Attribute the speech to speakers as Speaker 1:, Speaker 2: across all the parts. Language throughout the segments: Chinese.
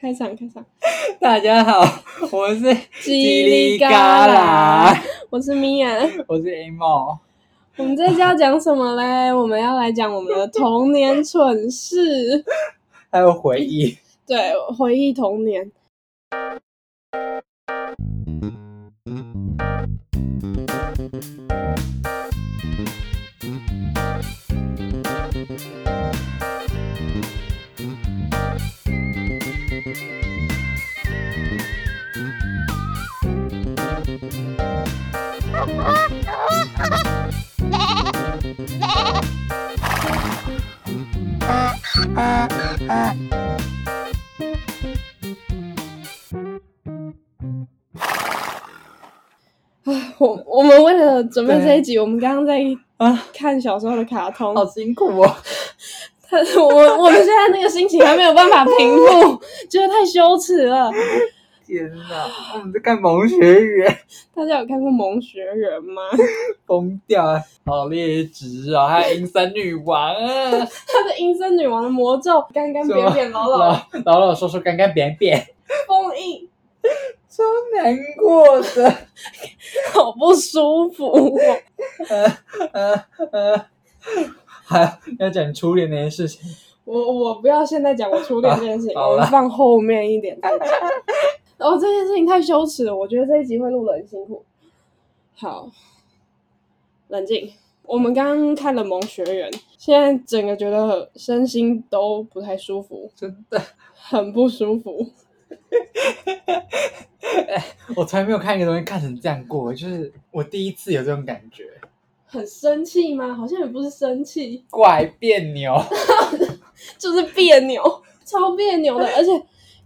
Speaker 1: 开场，开场，
Speaker 2: 大家好， 我是
Speaker 1: 叽
Speaker 2: 叽
Speaker 1: 里
Speaker 2: 里
Speaker 1: 嘎
Speaker 2: 嘎
Speaker 1: 啦
Speaker 2: 啦，
Speaker 1: 我是米娅。
Speaker 2: 我是 A 梦。
Speaker 1: 我们这次要讲什么嘞？我们要来讲我们的童年蠢事，
Speaker 2: 还有回忆，
Speaker 1: 对，回忆童年。我我们为了准备这一集，我们刚刚在
Speaker 2: 啊，
Speaker 1: 看小时候的卡通，
Speaker 2: 好辛苦哦。
Speaker 1: 他我我我们现在那个心情还没有办法平 复，觉得太羞耻了。
Speaker 2: 天哪，我们在看萌学园，
Speaker 1: 大家有看过《萌学园》吗？
Speaker 2: 疯掉了，好劣质啊！还有银三女王 啊，
Speaker 1: 他的阴森女王的魔咒，干干扁扁、老老
Speaker 2: 老老老说说干干扁扁，
Speaker 1: 封印，
Speaker 2: 超难过的。
Speaker 1: 好不舒服哦、
Speaker 2: 呃呃， 还要讲初恋那件事情，
Speaker 1: 我我不要现在讲我初恋这件事情，
Speaker 2: 好好
Speaker 1: 我
Speaker 2: 啦
Speaker 1: 们放后面一点再讲。 哦，这件事情太羞耻了，我觉得这一集会录得很辛苦。好，冷静。我们刚刚看了《萌学园》，现在整个觉得身心都不太舒服，
Speaker 2: 真的，
Speaker 1: 很不舒服。
Speaker 2: 我从来没有看一个东西看成这样过，就是我第一次有这种感觉。
Speaker 1: 很生气吗？好像也不是生气，
Speaker 2: 怪别扭，
Speaker 1: 就是别扭，超别扭的。而且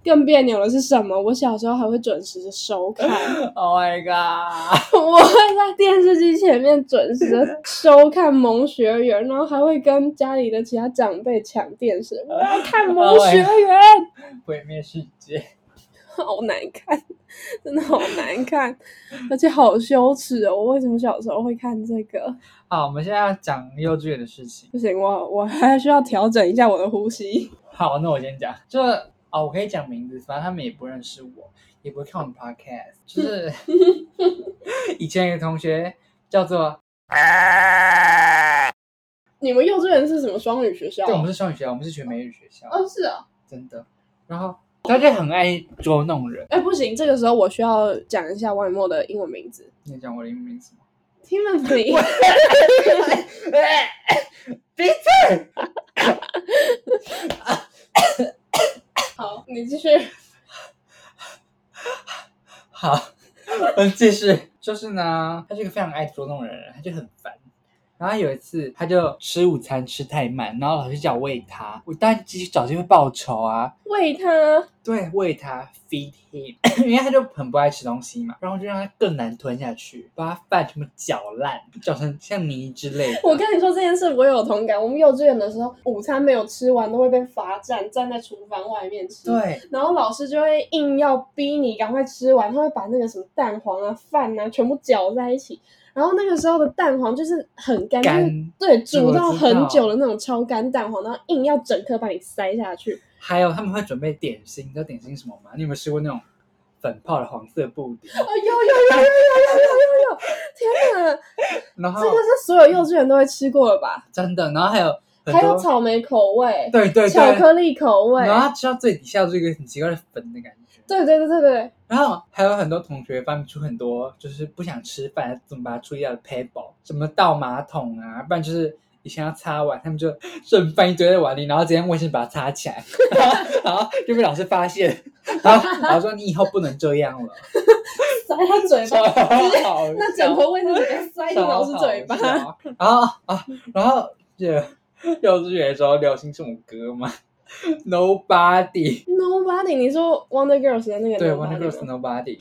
Speaker 1: 更别扭的是什么？我小时候还会准时的收看。
Speaker 2: Oh my god！
Speaker 1: 我会在电视机前面准时的收看《萌学园》，然后还会跟家里的其他长辈抢电视，我要看《萌 学园》
Speaker 2: 毁灭世界，
Speaker 1: 好难看， 真的好难看，而且好羞耻哦！我为什么小时候会看这个？
Speaker 2: 好，我们现在要讲幼稚园的事情。
Speaker 1: 不行，我我还需要调整一下我的呼吸。
Speaker 2: 好，那我先讲，就哦，我可以讲名字，反正他们也不认识我，也不会看我的 podcast。就是 以前有个同学叫做，
Speaker 1: 你们幼稚园是什么双语学校？啊
Speaker 2: 对，我们是双语学校，我们是学美语学校，
Speaker 1: 哦，是啊，
Speaker 2: 真的。然后他就很爱捉弄人。
Speaker 1: 哎、不行，这个时候我需要讲一下王雨墨的英文名字
Speaker 2: 你讲我的英文名字吗？
Speaker 1: Timothy。
Speaker 2: 闭嘴！
Speaker 1: 好，你继续。
Speaker 2: 好， 我们继续。就是呢，他是一个非常爱捉弄人的人，他就很烦。然后有一次，他就吃午餐吃太慢，然后老师叫我喂他，我当然继续找机会报仇啊。
Speaker 1: 喂他。
Speaker 2: 对，喂他 feed him，因为 他就很不爱吃东西嘛，然后就让他更难吞下去，把他饭全部搅烂，搅成像泥之类的。
Speaker 1: 我跟你说这件事，我有同感。我们幼稚园的时候，午餐没有吃完都会被罚站，站在厨房外面吃。。
Speaker 2: 对，
Speaker 1: 然后老师就会硬要逼你赶快吃完，他会把那个什么蛋黄啊、饭啊全部搅在一起。然后那个时候的蛋黄就是很干，就是
Speaker 2: 干。
Speaker 1: 对，煮
Speaker 2: 我
Speaker 1: 到
Speaker 2: 知
Speaker 1: 很
Speaker 2: 道
Speaker 1: 久的那种超干蛋黄，然后硬要整颗把你塞下去。
Speaker 2: 还有他们会准备点心，你知道点心是什么吗？你有没有吃过那种粉泡的黄色布丁？
Speaker 1: 哦，有有有有 有有有有有！天哪，
Speaker 2: 然后
Speaker 1: 这个是所有幼稚园都会吃过的吧？
Speaker 2: 真的，然后还有很
Speaker 1: 还有
Speaker 2: 多
Speaker 1: 草莓口味、
Speaker 2: 对对对，
Speaker 1: 巧克力口味，
Speaker 2: 然后它吃到最底下就是一个很奇怪的粉的感觉。
Speaker 1: 对对对对对。
Speaker 2: 然后还有很多同学发明出很多就是不想吃饭怎么把它处理掉的 paper，什么倒马桶啊，不然就是以前要擦碗，他们就剩饭一堆在碗里，然后直接用卫生纸把它擦 起来，然后然后就被老师发现，然后老师说你以后不能这样 了，
Speaker 1: 塞他嘴
Speaker 2: 超
Speaker 1: 巴，
Speaker 2: 好笑
Speaker 1: 那整坨卫生纸给它塞进老师嘴巴。
Speaker 2: 超好笑然后啊，然后就幼稚园的时候流行这种歌嘛，Nobody，
Speaker 1: Nobody，你说 Wonder Girls 的那个
Speaker 2: 对
Speaker 1: Nobody 吗
Speaker 2: ，One Girls Nobody，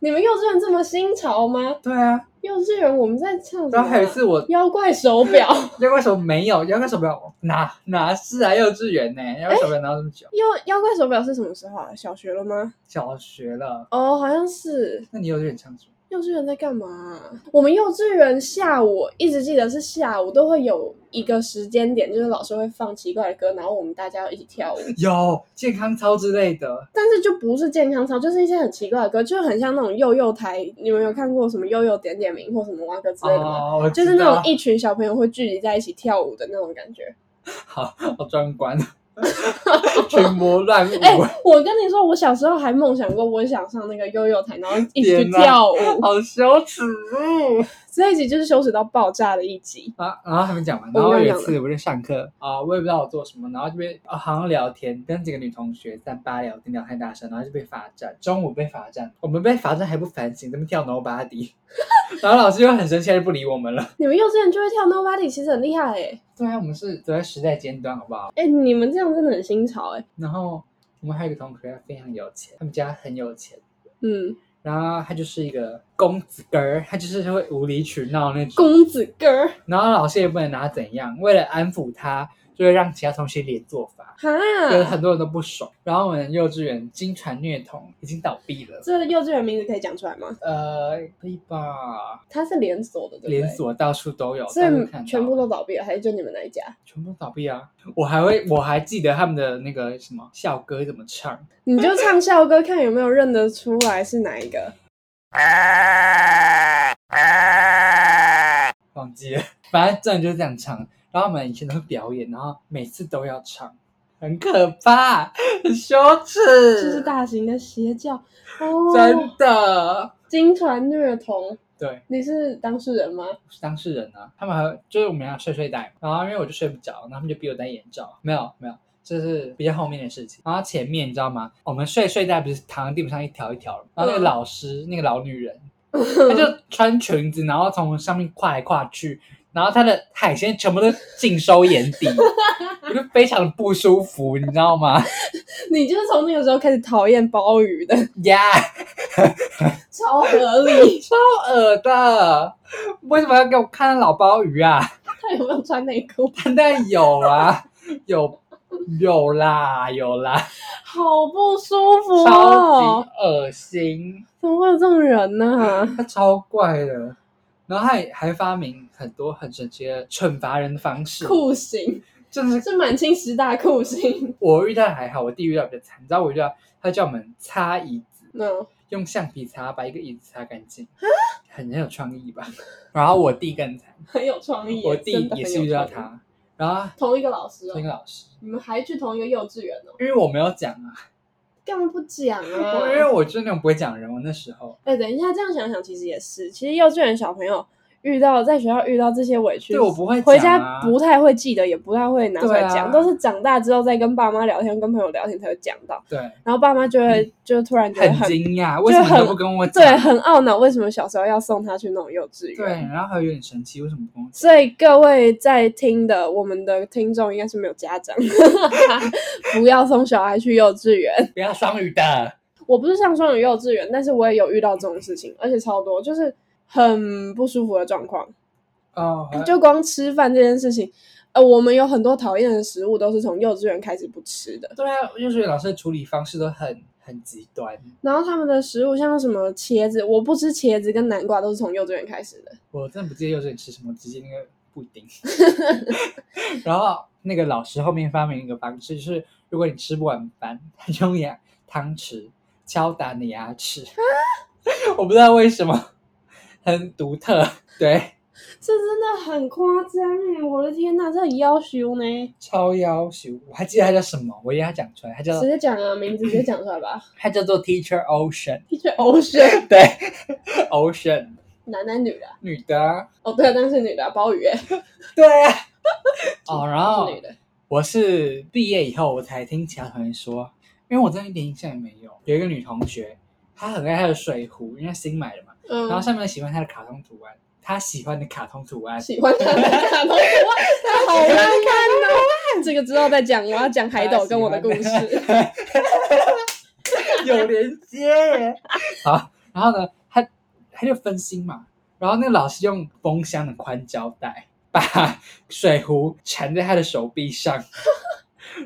Speaker 1: 你们幼稚园这么新潮吗？
Speaker 2: 对啊。
Speaker 1: 幼稚园我们在唱什么啊
Speaker 2: 然后还有一次我
Speaker 1: 妖怪手表，
Speaker 2: 妖怪手没有，妖怪手表哪哪是啊？幼稚园呢、妖怪手表哪有这么久？
Speaker 1: 妖妖怪手表是什么时候啊？小学了吗？
Speaker 2: 小学了，
Speaker 1: 哦，好像是
Speaker 2: 那你幼稚园唱什么？
Speaker 1: 幼稚园在干嘛啊、我们幼稚园下午一直记得是下午都会有一个时间点，就是老师会放奇怪的歌，然后我们大家要一起跳舞。
Speaker 2: 有健康操之类的，
Speaker 1: 但是就不是健康操，就是一些很奇怪的歌，就很像那种幼幼台。你们有看过什么幼幼点点名或什么蛙歌之类的吗？
Speaker 2: 哦，我
Speaker 1: 就是
Speaker 2: 知
Speaker 1: 那
Speaker 2: 道
Speaker 1: 种一群小朋友会聚集在一起跳舞的那种感觉。
Speaker 2: 好好壮 观，群魔乱舞，
Speaker 1: 哎、我跟你说，我小时候还梦想过，我想上那个幼幼台，然后一起去
Speaker 2: 天哪
Speaker 1: 跳舞。
Speaker 2: 好羞耻哦。
Speaker 1: 这一集就是羞耻到爆炸的一集。
Speaker 2: 啊，然后还没讲完，
Speaker 1: 我们
Speaker 2: 然后
Speaker 1: 刚
Speaker 2: 有
Speaker 1: 讲
Speaker 2: 一次我就上课啊，我也不知道我做什么，然后就被、啊、好像聊天，跟几个女同学在吧聊天聊太大声，然后就被罚站，中午被罚站，我们被罚站还不反省，怎么跳 nobody，然 后老师又很生气，他就不理我们了。
Speaker 1: 你们幼稚园就会跳 Nobody，其实很厉害哎、
Speaker 2: 对啊，我们是走在时代尖端，好不好？
Speaker 1: 哎、你们这样真的很新潮哎、
Speaker 2: 然后我们还有一个同学，他非常有钱，他们家很有钱，
Speaker 1: 嗯，
Speaker 2: 然后他就是一个公子哥儿，他就是会无理取闹那种，
Speaker 1: 公子哥儿
Speaker 2: 然后老师也不能拿他怎样，为了安抚他，就会让其他同学连坐法。有
Speaker 1: 哈，
Speaker 2: 很多人都不爽。然后我们幼稚园经传虐童已经倒闭了，
Speaker 1: 这幼稚园名字可以讲出来吗？
Speaker 2: 呃，可以吧？
Speaker 1: 它是连锁的，对不对？
Speaker 2: 连，锁到处都有，
Speaker 1: 所
Speaker 2: 大家都看
Speaker 1: 以
Speaker 2: 到
Speaker 1: 全部都倒闭了，还是就你们那一家？
Speaker 2: 全部倒闭啊！我还会，我还记得他们的那个什么校歌怎么唱，
Speaker 1: 你就唱校歌，看有没有认得出来是哪一个。
Speaker 2: 忘记了，反正真的就是这样唱。然后我们以前都会表演，然后每次都要唱，很可怕，很羞耻，
Speaker 1: 这是大型的邪教哦，
Speaker 2: 真的。
Speaker 1: 金传虐童，
Speaker 2: 对，
Speaker 1: 你是当事人吗？
Speaker 2: 是当事人啊，他们还就是我们要睡睡袋，然后因为我就睡不着，然后他们就逼我戴眼罩，没有没有，这是比较后面的事情。然后前面你知道吗？我们睡睡袋不是躺在地板上一条一条的吗，然后那个老师、那个老女人，她就穿裙子，然后从上面跨来跨去，然后她的海鲜全部都尽收眼底，我就非常的不舒服，你知道吗？
Speaker 1: 你就是从那个时候开始讨厌鲍鱼的，
Speaker 2: 呀、
Speaker 1: 超合理。
Speaker 2: 超恶的，啊为什么要给我看老鲍鱼啊？
Speaker 1: 他有没有穿内裤？
Speaker 2: 但有啊，有有啦，有啦，
Speaker 1: 好不舒服
Speaker 2: 超
Speaker 1: 哦
Speaker 2: 级！恶心，
Speaker 1: 怎么会有这种人呢、
Speaker 2: 他超怪的。然后他也还发明很多很神奇的惩罚人的方式，
Speaker 1: 酷刑
Speaker 2: 就是
Speaker 1: 是满清十大酷刑。
Speaker 2: 我遇到的还好，我弟遇到比较惨。你知道我遇到他叫我们擦椅子，
Speaker 1: 嗯，
Speaker 2: 用橡皮擦把一个椅子擦干净，
Speaker 1: 啊
Speaker 2: 很很有创意吧？然后我弟更惨，
Speaker 1: 很有创意耶。
Speaker 2: 我弟
Speaker 1: 真的很
Speaker 2: 也
Speaker 1: 有
Speaker 2: 是遇到
Speaker 1: 创意，
Speaker 2: 他，然后
Speaker 1: 同一个老师
Speaker 2: 那
Speaker 1: 哦。
Speaker 2: 个老师，
Speaker 1: 你们还去同一个幼稚园哦？
Speaker 2: 因为我没有讲啊，
Speaker 1: 干嘛不讲
Speaker 2: 我因为
Speaker 1: 啊？
Speaker 2: 我就是那种不会讲人，我那时候。
Speaker 1: 哎、等一下，这样想想，其实也是，其实幼稚园小朋友遇到在学校遇到这些委屈，
Speaker 2: 对我不会、啊、
Speaker 1: 回家不太会记得，也不太会拿出来讲，
Speaker 2: 对
Speaker 1: 都
Speaker 2: 啊
Speaker 1: 是长大之后再跟爸妈聊天、跟朋友聊天才会讲到，
Speaker 2: 对，
Speaker 1: 然后爸妈就会、就突然觉得
Speaker 2: 嗯很
Speaker 1: 很
Speaker 2: 惊讶，为什么
Speaker 1: 很
Speaker 2: 都不跟我讲？
Speaker 1: 对，很懊恼，为什么小时候要送他去那种幼稚园？
Speaker 2: 对，然后还有点生气，为什么不跟我讲？
Speaker 1: 所以各位在听的，我们的听众应该是没有家长， 不要送小孩去幼稚园。
Speaker 2: 不要双语的，
Speaker 1: 我不是上双语幼稚园，但是我也有遇到这种事情，而且超多，就是很不舒服的状况。
Speaker 2: 哦，就
Speaker 1: 就光吃饭这件事情，呃，我们有很多讨厌的食物都是从幼稚园开始不吃的。
Speaker 2: 对啊，幼稚园老师的处理方式都很很极端。
Speaker 1: 然后他们的食物像什么茄子，我不吃茄子跟南瓜都是从幼稚园开始的。
Speaker 2: 我真的不记得幼稚园吃什么，只记得那个布 丁。然后那个老师后面发明一个方式，就是如果你吃不完饭，他就用牙汤匙敲打你牙齿。
Speaker 1: 啊
Speaker 2: 我不知道为什么，很独特。对，
Speaker 1: 这真的很夸张哎！我的天呐，这很要求呢。
Speaker 2: 超要求，我还记得他叫什么，我一定要讲出来，他叫
Speaker 1: 直接讲啊，名字直接讲出来吧。
Speaker 2: 它叫做 Teacher Ocean，
Speaker 1: 的确，Ocean
Speaker 2: 对，Ocean
Speaker 1: 男男女的啊、
Speaker 2: 女的啊，
Speaker 1: 哦，对啊，但是女的、啊，鲍鱼、欸、
Speaker 2: 对 啊，哦，然后
Speaker 1: 是女的，
Speaker 2: 我是毕业以后我才听其他同学说，因为我真的一点印象也没有。有一个女同学，她很爱她的水壶，因为她新买的嘛，然后
Speaker 1: 嗯，
Speaker 2: 上面喜欢她的卡通图案，她喜欢的卡通图案，
Speaker 1: 喜欢她的卡通，哇，她好难看哦。这个之后再讲，我要讲海斗跟我的故 事。
Speaker 2: 有连接。好，然后呢，她她就分心嘛，然后那个老师用封箱的宽胶带把水壶 缠在她的手臂上，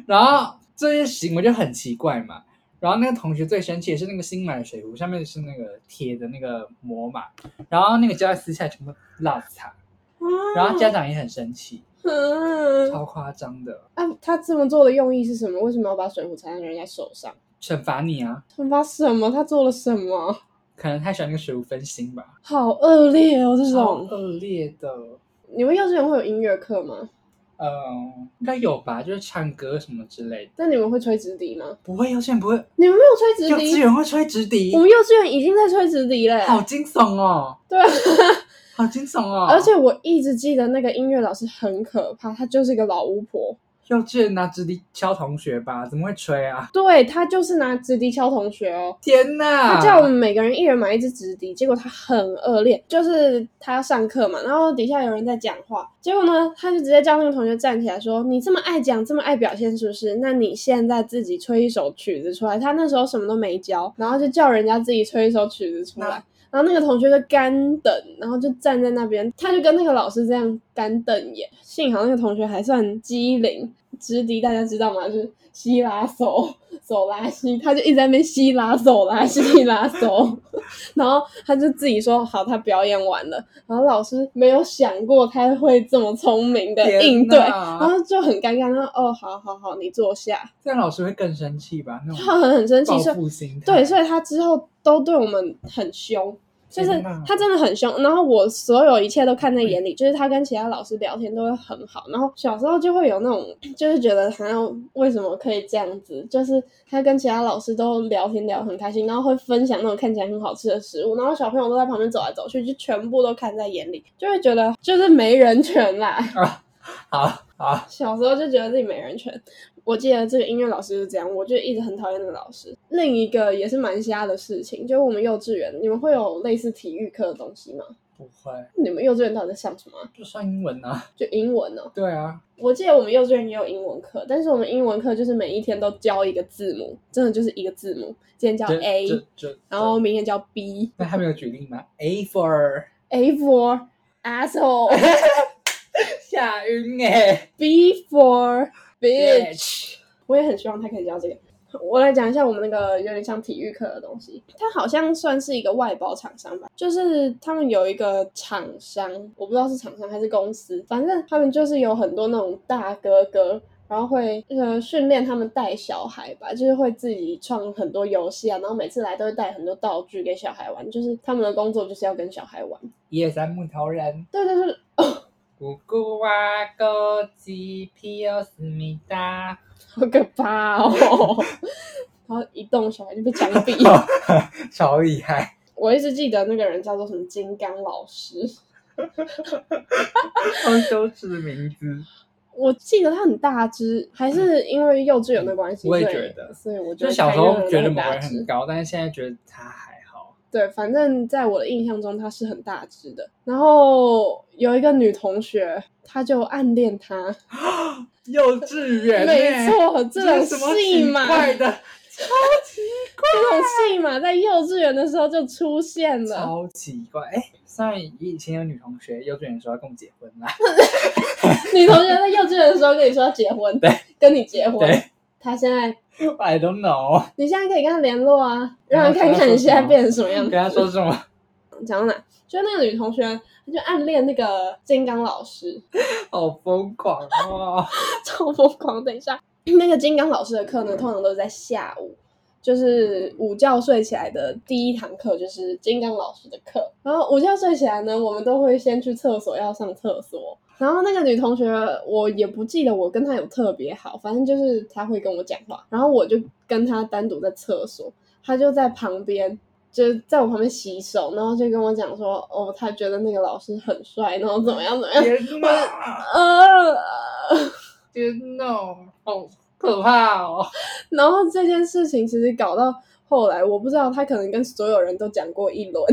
Speaker 2: 然后这件事情我就很奇怪嘛。然后那个同学最生气的是那个新买的水壶上面是那个铁的那个膜嘛，然后那个胶带撕下来全部落擦，然后家长也很生气，
Speaker 1: 嗯，
Speaker 2: 超夸张的，
Speaker 1: 啊，他这么做的用意是什么？为什么要把水壶插在人家手上？
Speaker 2: 惩罚你啊！
Speaker 1: 惩罚什么？他做了什么？
Speaker 2: 可能太喜欢那个水壶分心吧，
Speaker 1: 好恶劣哦！这
Speaker 2: 超
Speaker 1: 种，
Speaker 2: 恶劣的。
Speaker 1: 你们幼稚园会有音乐课吗？
Speaker 2: 嗯，应该有吧，就是唱歌什么之类的。
Speaker 1: 那你们会吹直笛吗？
Speaker 2: 不会，幼稚园不会，
Speaker 1: 你们没有吹直
Speaker 2: 幼稚
Speaker 1: 笛，
Speaker 2: 园会吹直笛
Speaker 1: 我，们幼稚园已经在吹直笛嘞。
Speaker 2: 好惊悚哦，
Speaker 1: 对啊，
Speaker 2: 好惊悚哦！
Speaker 1: 而且我一直记得那个音乐老师很可怕，她就是一个老巫婆。
Speaker 2: 幼稚园拿直笛敲同学吧，怎么会吹啊？
Speaker 1: 对，她就是拿直笛敲同学哦。
Speaker 2: 天哪！
Speaker 1: 他叫我们每个人一人买一支直笛，结果他很恶劣，就是他上课嘛，然后底下有人在讲话，结果呢，他就直接叫那个同学站起来说：“你这么爱讲，这么爱表现，是不是？那你现在自己吹一首曲子出来。”他那时候什么都没教，然后就叫人家自己吹一首曲子出来
Speaker 2: 那。
Speaker 1: 然后那个同学就干等，然后就站在那边，他就跟那个老师这样干瞪眼。幸好那个同学还算机灵，直笛大家知道吗？就是西拉手，手拉西，他就一直在那边西拉手拉西拉手， 然后他就自己说好，他表演完了。然后老师没有想过他会这么聪明的应对，
Speaker 2: 天
Speaker 1: 然
Speaker 2: 哪
Speaker 1: 后就很尴尬。然后哦，好好好，你坐下。
Speaker 2: 这样老师会更生气吧？那
Speaker 1: 他
Speaker 2: 种
Speaker 1: 很很生气，
Speaker 2: 报
Speaker 1: 说
Speaker 2: 复心态，
Speaker 1: 对，所以他之后都对我们很凶，就是
Speaker 2: 天哪哎
Speaker 1: 他真的很凶。然后我所有一切都看在眼里，就是他跟其他老师聊天都会很好。然后小时候就会有那种， 就是觉得好像为什么可以这样子，就是他跟其他老师都聊天聊得很开心，然后会分享那种看起来很好吃的食物，然后小朋友都在旁边走来走去，就全部都看在眼里，就会觉得就是没人权啦。
Speaker 2: 好好，
Speaker 1: 小时候就觉得自己没人权。我记得这个音乐老师是这样，我就一直很讨厌那个老师。另一个也是蛮瞎的事情，就是我们幼稚园，你们会有类似体育课的东西吗？
Speaker 2: 不会，
Speaker 1: 你们幼稚园到底在上什么啊、
Speaker 2: 就上英文啊。
Speaker 1: 就英文呢、
Speaker 2: 对啊，
Speaker 1: 我记得我们幼稚园也有英文课，但是我们英文课就是每一天都教一个字母，真的就是一个字母。今天教
Speaker 2: 这
Speaker 1: A，
Speaker 2: 这这，
Speaker 1: 然后明天教 B，A
Speaker 2: 那还没有举例吗？A for
Speaker 1: for asshole，B
Speaker 2: 吓晕哎
Speaker 1: for bitch。
Speaker 2: ，bitch，
Speaker 1: 我也很希望他可以教这个。我来讲一下我们那个有点像体育课的东西，它好像算是一个外包厂商吧，就是他们有一个厂商，我不知道是厂商还是公司，反正他们就是有很多那种大哥哥，然后会呃训练他们带小孩吧，就是会自己创很多游戏啊，然后每次来都会带很多道具给小孩玩，就是他们的工作就是要跟小孩玩。
Speaker 2: 一二三木头人，
Speaker 1: 对对对，
Speaker 2: 咕咕哇咕叽皮奥斯密达，
Speaker 1: 好可怕哦！ 然后一动小孩就被枪毙。
Speaker 2: 超厉害，
Speaker 1: 我一直记得那个人叫做什么金刚老师，
Speaker 2: 好羞耻的名字。
Speaker 1: 我记得他很大只，还是因为幼稚园的关系，
Speaker 2: 我也
Speaker 1: 所以
Speaker 2: 觉得
Speaker 1: 所以我觉
Speaker 2: 就
Speaker 1: 得
Speaker 2: 小时
Speaker 1: 台
Speaker 2: 候
Speaker 1: 湾
Speaker 2: 觉
Speaker 1: 人很
Speaker 2: 得某个
Speaker 1: 大
Speaker 2: 人很
Speaker 1: 只，
Speaker 2: 高，但是现在觉得他还好。
Speaker 1: 对，反正在我的印象中他是很大只的。然后有一个女同学，她就暗恋他，
Speaker 2: 幼稚园欸，
Speaker 1: 没错，这种
Speaker 2: 是什么
Speaker 1: 戏
Speaker 2: 奇
Speaker 1: 码，
Speaker 2: 怪的，
Speaker 1: 这种戏码在幼稚园的时候就出现了。
Speaker 2: 超奇怪。哎、虽然以前有女同学幼稚园的时候要跟我结婚啦，
Speaker 1: 女同学在幼稚园的时候跟你说要结婚，
Speaker 2: 对，
Speaker 1: 跟你结婚
Speaker 2: 对，
Speaker 1: 她现在
Speaker 2: ，I don't know，
Speaker 1: 你现在可以跟他联络啊，让
Speaker 2: 然后
Speaker 1: 人看
Speaker 2: 跟他
Speaker 1: 看
Speaker 2: 说
Speaker 1: 你
Speaker 2: 什
Speaker 1: 现在
Speaker 2: 么
Speaker 1: 变成什么样
Speaker 2: 跟
Speaker 1: 子。
Speaker 2: 他说什么？
Speaker 1: 讲到哪？就是那个女同学，她就暗恋那个金刚老师，
Speaker 2: 好疯狂哦！
Speaker 1: 超疯狂。等一下，那个金刚老师的课呢，通常都是在下午，就是午觉睡起来的第一堂课就是金刚老师的课。然后午觉睡起来呢，我们都会先去厕所要上厕所。然后那个女同学，我也不记得我跟她有特别好，反正就是她会跟我讲话，然后我就跟她单独在厕所，她就在旁边。就是在我旁边洗手，然后就跟我讲说，哦，她觉得那个老师很帅，然后怎么样怎么样，
Speaker 2: 天哪，
Speaker 1: 呃，
Speaker 2: 天哪，好可怕哦！
Speaker 1: 然后这件事情其实搞到后来，我不知道他可能跟所有人都讲过一轮，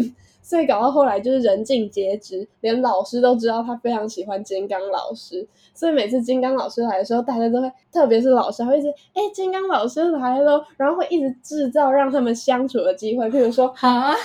Speaker 1: 所以搞到后来就是人尽皆知，连老师都知道他非常喜欢金刚老师，所以每次金刚老师来的时候，大家都会，特别是老师还会一直哎、金刚老师来了，然后会一直制造让他们相处的机会，譬如说
Speaker 2: 哈，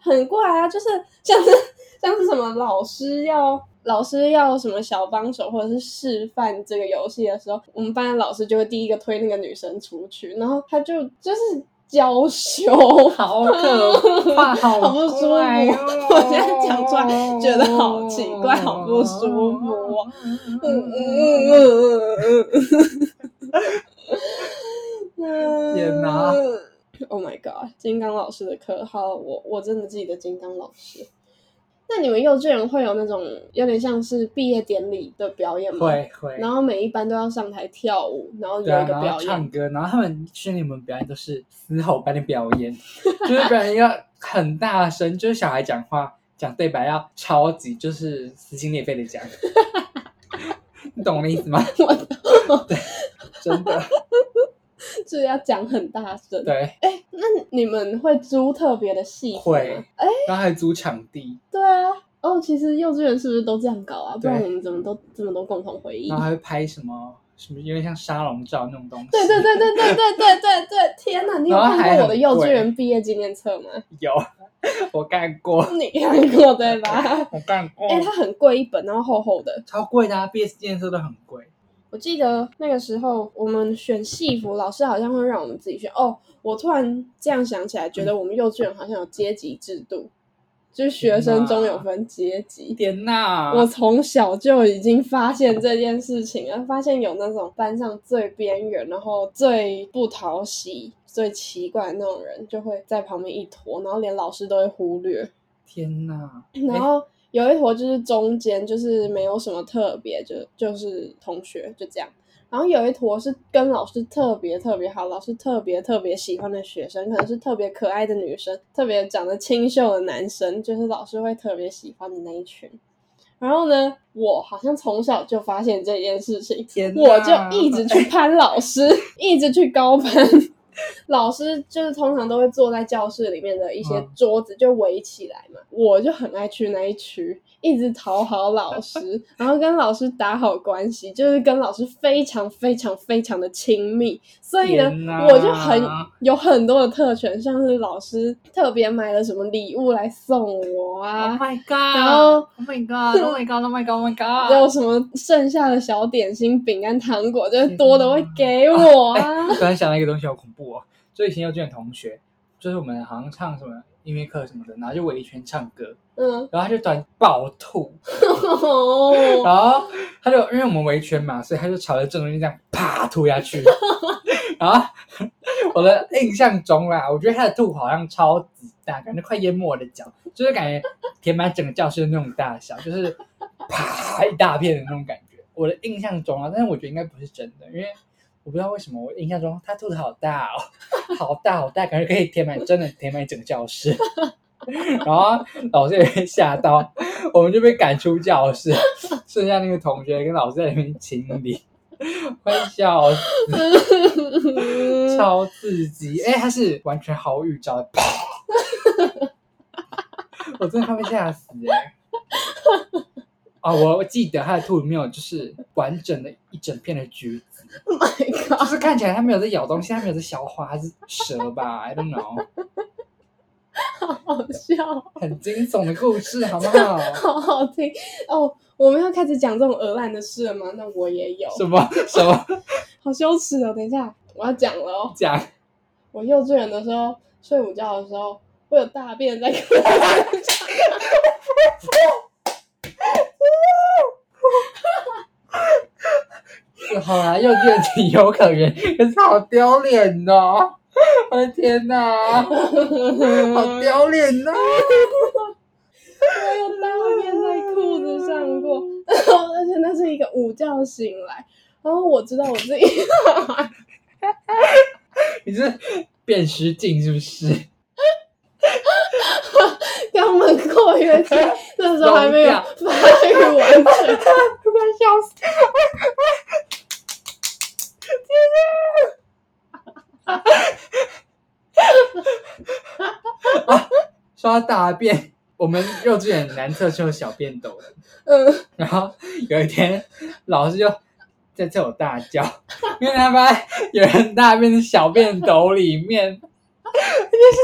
Speaker 1: 很怪啊，就是像是 像是什么老师要老师要什么小帮手或者是示范这个游戏的时候，我们班的老师就会第一个推那个女生出去，然后他就就是娇羞。
Speaker 2: 好可 怕，好
Speaker 1: 好不舒服
Speaker 2: 怪哦
Speaker 1: 我现在讲出来觉得好奇怪好不舒服哦 嗯嗯嗯嗯嗯
Speaker 2: 天哪
Speaker 1: ！Oh my god！金刚老师的课，好，我我真的记得金刚老师。那你们幼稚园会有那种有点像是毕业典礼的表演吗？。
Speaker 2: 会会。
Speaker 1: 然后每一班都要上台跳舞，然后有
Speaker 2: 对啊，
Speaker 1: 一个
Speaker 2: 然后
Speaker 1: 表演。
Speaker 2: 唱歌，然后他们训练我们表演都是嘶吼般的表演，就是表演要很大声，就是小孩讲话讲对白要超级就是撕心裂肺的讲，你懂我的意思吗？
Speaker 1: 我
Speaker 2: 真的，
Speaker 1: 就是要讲很大声。
Speaker 2: 对，
Speaker 1: 那你们会租特别的戏服吗？
Speaker 2: 会，然后还租场地，
Speaker 1: 对啊。哦，其实幼稚园是不是都这样搞啊？不然
Speaker 2: 对
Speaker 1: 我们怎么都这么多共同回忆
Speaker 2: 然？后还会拍什么什么，有点像沙龙照那种东西。
Speaker 1: 对对对对对对对对对！天哪，你有
Speaker 2: 然后
Speaker 1: 看
Speaker 2: 还
Speaker 1: 过我
Speaker 2: 很
Speaker 1: 的幼稚
Speaker 2: 贵
Speaker 1: 园毕业纪念册吗？
Speaker 2: 有，我干过，
Speaker 1: 你看过对吧？
Speaker 2: 我干过，
Speaker 1: 哎、它很贵一本，然后厚厚的。
Speaker 2: 超贵的、啊，毕业纪念册都很贵。
Speaker 1: 我记得那个时候我们选戏服，老师好像会让我们自己选。哦，我突然这样想起来，觉得我们幼稚园好像有阶级制度，就是学生中有分阶级。
Speaker 2: 天呐，
Speaker 1: 我从小就已经发现这件事情了，发现有那种班上最边缘，然后最不讨喜、最奇怪的那种人，就会在旁边一坨，然后连老师都会忽略。
Speaker 2: 天呐，
Speaker 1: 然后有一坨就是中间，就是没有什么特别，就就是同学就这样。然后有一坨是跟老师特别特别好，老师特别特别喜欢的学生，可能是特别可爱的女生，特别长得清秀的男生，就是老师会特别喜欢的那一群。然后呢，我好像从小就发现这件事情，
Speaker 2: 天呐，
Speaker 1: 我就一直去 攀老师，一直去高攀。老师就是通常都会坐在教室里面的一些
Speaker 2: 嗯
Speaker 1: 桌子就围起来嘛，我就很爱去那一区，一直讨好老师，然后跟老师打好关系，就是跟老师非常非常非常的亲密，所以呢
Speaker 2: 天，哪
Speaker 1: 我就很有很多的特权，像是老师特别买了什么礼物来送我啊
Speaker 2: Oh，my god！
Speaker 1: 然后
Speaker 2: Oh my，Oh god！Oh my god！Oh my god！Oh my
Speaker 1: 有
Speaker 2: god！
Speaker 1: 什么剩下的小点心、饼干、糖果，就是多的会给我啊。
Speaker 2: 突然想到一个东西，好恐怖哦！就以前幼稚园同学，就是我们好像唱什么音乐课什么的，然后就围一圈唱歌，
Speaker 1: 嗯，
Speaker 2: 然后他就突然暴吐，
Speaker 1: 哦，
Speaker 2: 然后他就因为我们围圈嘛，所以他就朝着正中间这样啪吐下去。 然后我的印象中啦，我觉得他的吐好像超级大，感觉快淹没我的脚，就是感觉填满整个教室的那种大小， 就是啪一大片的那种感觉。我的印象中啊，但是我觉得应该不是真的，因为我不知道为什么我印象中他吐的好大哦， 好大好大，感觉可以填满真的填满整个教室。 然后老师也被吓到，我们就被赶出教 室，剩下那个同学跟老师在里面清理，快笑死， 超刺激！哎、他是完全毫无预兆的，啪我真的快被吓死哎、哦，我我记得他的吐里面有就是完整的一整片的橘子，
Speaker 1: my god！
Speaker 2: 就是看起来他没有在咬东西，他没有在消化，它是蛇吧？I don't know，
Speaker 1: 好笑，
Speaker 2: 很惊悚的故事，好不 好？
Speaker 1: 好好听哦。我们要开始讲这种鹅烂的事了吗？那我也有，
Speaker 2: 什么什么
Speaker 1: 好羞耻哦。等一下，我要讲了哦。
Speaker 2: 讲？
Speaker 1: 我幼稚园的时候睡午觉的时候，会有大便在课堂上。
Speaker 2: 好啦，幼稚园情有可原，可是好丢脸 哦！我的天哪， 好丢脸哦呐、
Speaker 1: 我有大便在裤子上过，然后而且那是一个午觉醒来，然后我知道我自己，
Speaker 2: 你是变失禁是不是？
Speaker 1: 肛门括约肌那时候还 没有
Speaker 2: 聋
Speaker 1: 发育完全，
Speaker 2: 突然笑死！天哪！ 啊，说到大便，我们幼稚园男厕是有小便斗的，
Speaker 1: 嗯，
Speaker 2: 然后有一天，老师就在厕所大叫，因为他发现有人大便在小便斗里面，就是，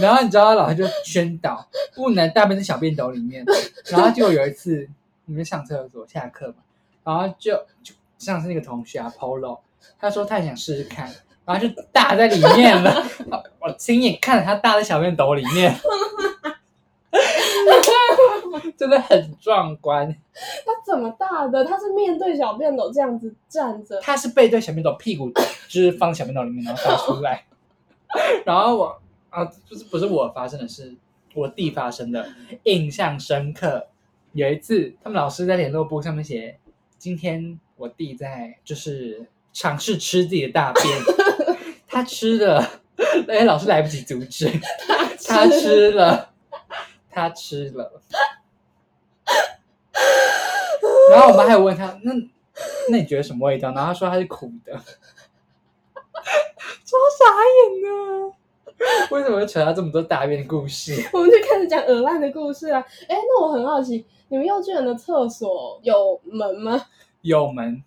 Speaker 2: 然后你知道老师就宣导不能大便在小便斗里面，然后就有一次你们上厕所下课嘛，然后就就上次那个同学啊 Polo，他说他也想试试看，然后就大在里面了。 我亲眼看着它大在小便斗里面，真的很壮观。
Speaker 1: 他怎么大的？他是面对小便斗这样子站着，
Speaker 2: 它是背对小便斗，屁股就是放小便斗里面，然后翻出来。然后我啊，就是不是我发生的是我弟发生的，印象深刻。有一次，他们老师在联络簿上面写，今天我弟在就是尝试吃自己的大便，他吃了，而且老师来不及阻止，他吃了，他吃了。然后我们还有问他，那那你觉得什么味道？然后他说他是苦 的，超傻眼的。 为什么会扯到这么多大便的故事？
Speaker 1: 我们就开始讲鹅烂的故事啊。哎，那我很好奇，你们幼稚园的厕所有门吗？
Speaker 2: 有门，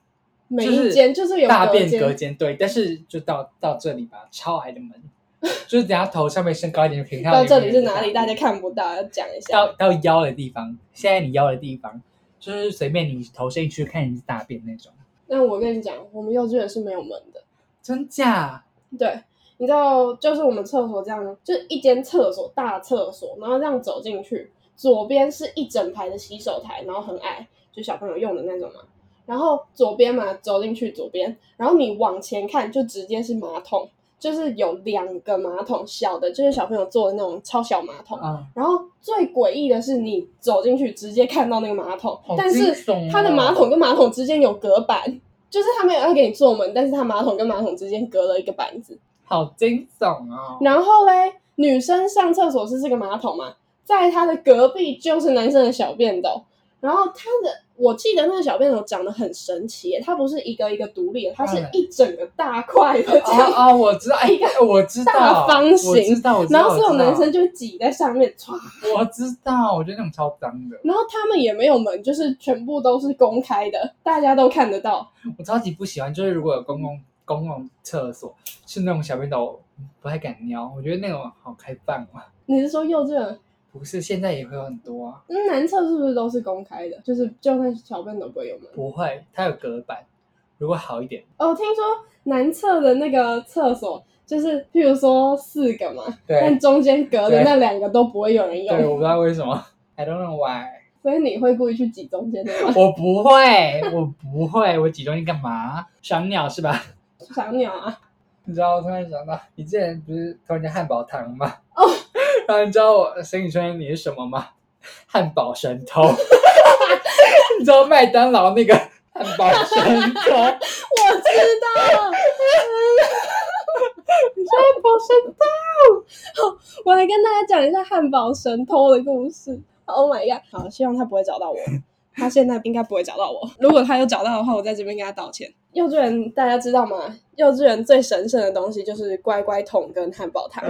Speaker 1: 每
Speaker 2: 就
Speaker 1: 一
Speaker 2: 是
Speaker 1: 间就是有
Speaker 2: 大便隔
Speaker 1: 间，
Speaker 2: 间，对，但是就到到这里吧，超矮的门， 就是等下头上面升高一点就可以看
Speaker 1: 到这里
Speaker 2: 面
Speaker 1: 是
Speaker 2: 的
Speaker 1: 哪里？
Speaker 2: 大
Speaker 1: 大家看不到，要讲一下。
Speaker 2: 到到腰的地方，现在你腰的地方，就是随便你头伸进去看你是大便那种，
Speaker 1: 那我跟你讲，我们幼稚园是没有门的。
Speaker 2: 真假？
Speaker 1: 对，你知道，就是我们厕所这样，就是一间厕所大厕所，然后这样走进去，左边是一整排的洗手台，然后很矮，就小朋友用的那种嘛。然后左边嘛，走进去左边，然后你往前看就直接是马桶，就是有两个马桶，小的就是小朋友坐的那种超小马桶。
Speaker 2: 啊、
Speaker 1: 然后最诡异的是，你走进去直接看到那个马桶，
Speaker 2: 好
Speaker 1: 但
Speaker 2: 惊
Speaker 1: 是
Speaker 2: 悚
Speaker 1: 它的
Speaker 2: 哦
Speaker 1: 马桶跟马桶之间有隔板，就是它没有要给你做门，但是它马桶跟马桶之间隔了一个板子。
Speaker 2: 好惊悚哦！
Speaker 1: 然后嘞，女生上厕所是这个马桶嘛，在她的隔壁就是男生的小便斗。然后她的，我记得那个小便斗长得很神奇耶，它不是一个一个独立的，它是
Speaker 2: 嗯
Speaker 1: 一整个大块的这样
Speaker 2: 哦哦，我知道，哎，我知道，
Speaker 1: 大方形
Speaker 2: 我知道，我知道，
Speaker 1: 然后所有
Speaker 2: 我知道
Speaker 1: 男生，就挤在上面，唰
Speaker 2: 我知道，我觉得那种超脏的，
Speaker 1: 然后他们也没有门，就是全部都是公开的，大家都看得到。
Speaker 2: 我超级不喜欢，就是如果有公共公共厕所是那种小便斗，不太敢尿，我觉得那种好开放哦。
Speaker 1: 你是说幼稚园？
Speaker 2: 不是，现在也会有很多啊，
Speaker 1: 那男厕是不是都是公开的？就是就算小便斗不会有门。
Speaker 2: 不会，它有隔板，如果好一点，
Speaker 1: 哦，听说男厕的那个厕所，就是譬如说四个嘛，
Speaker 2: 对
Speaker 1: 但中间隔的
Speaker 2: 对
Speaker 1: 那两个都不会有人
Speaker 2: 对，
Speaker 1: 用，
Speaker 2: 我不知道为什么，I don't know why，
Speaker 1: 所以你会故意去挤中间的吗？
Speaker 2: 我不会，我不会，我挤东西干嘛？赏鸟是吧？
Speaker 1: 赏鸟啊，
Speaker 2: 你知道，我突然想到，你之前不是偷人家汉堡糖吗？哦， 然后你知道我心里圈你是什么吗？汉堡神 偷。你知道麦当劳那个汉堡神偷？
Speaker 1: 我知道。汉堡神偷，好，我来跟大家讲一下汉堡神偷的故事。Oh my god！好，希望他不会找到我。 他现在应该不会找到我。如果他有找到的话，我在这边跟他道歉。幼稚园大家知道吗？幼稚园最神圣的东西就是乖乖桶跟汉堡糖。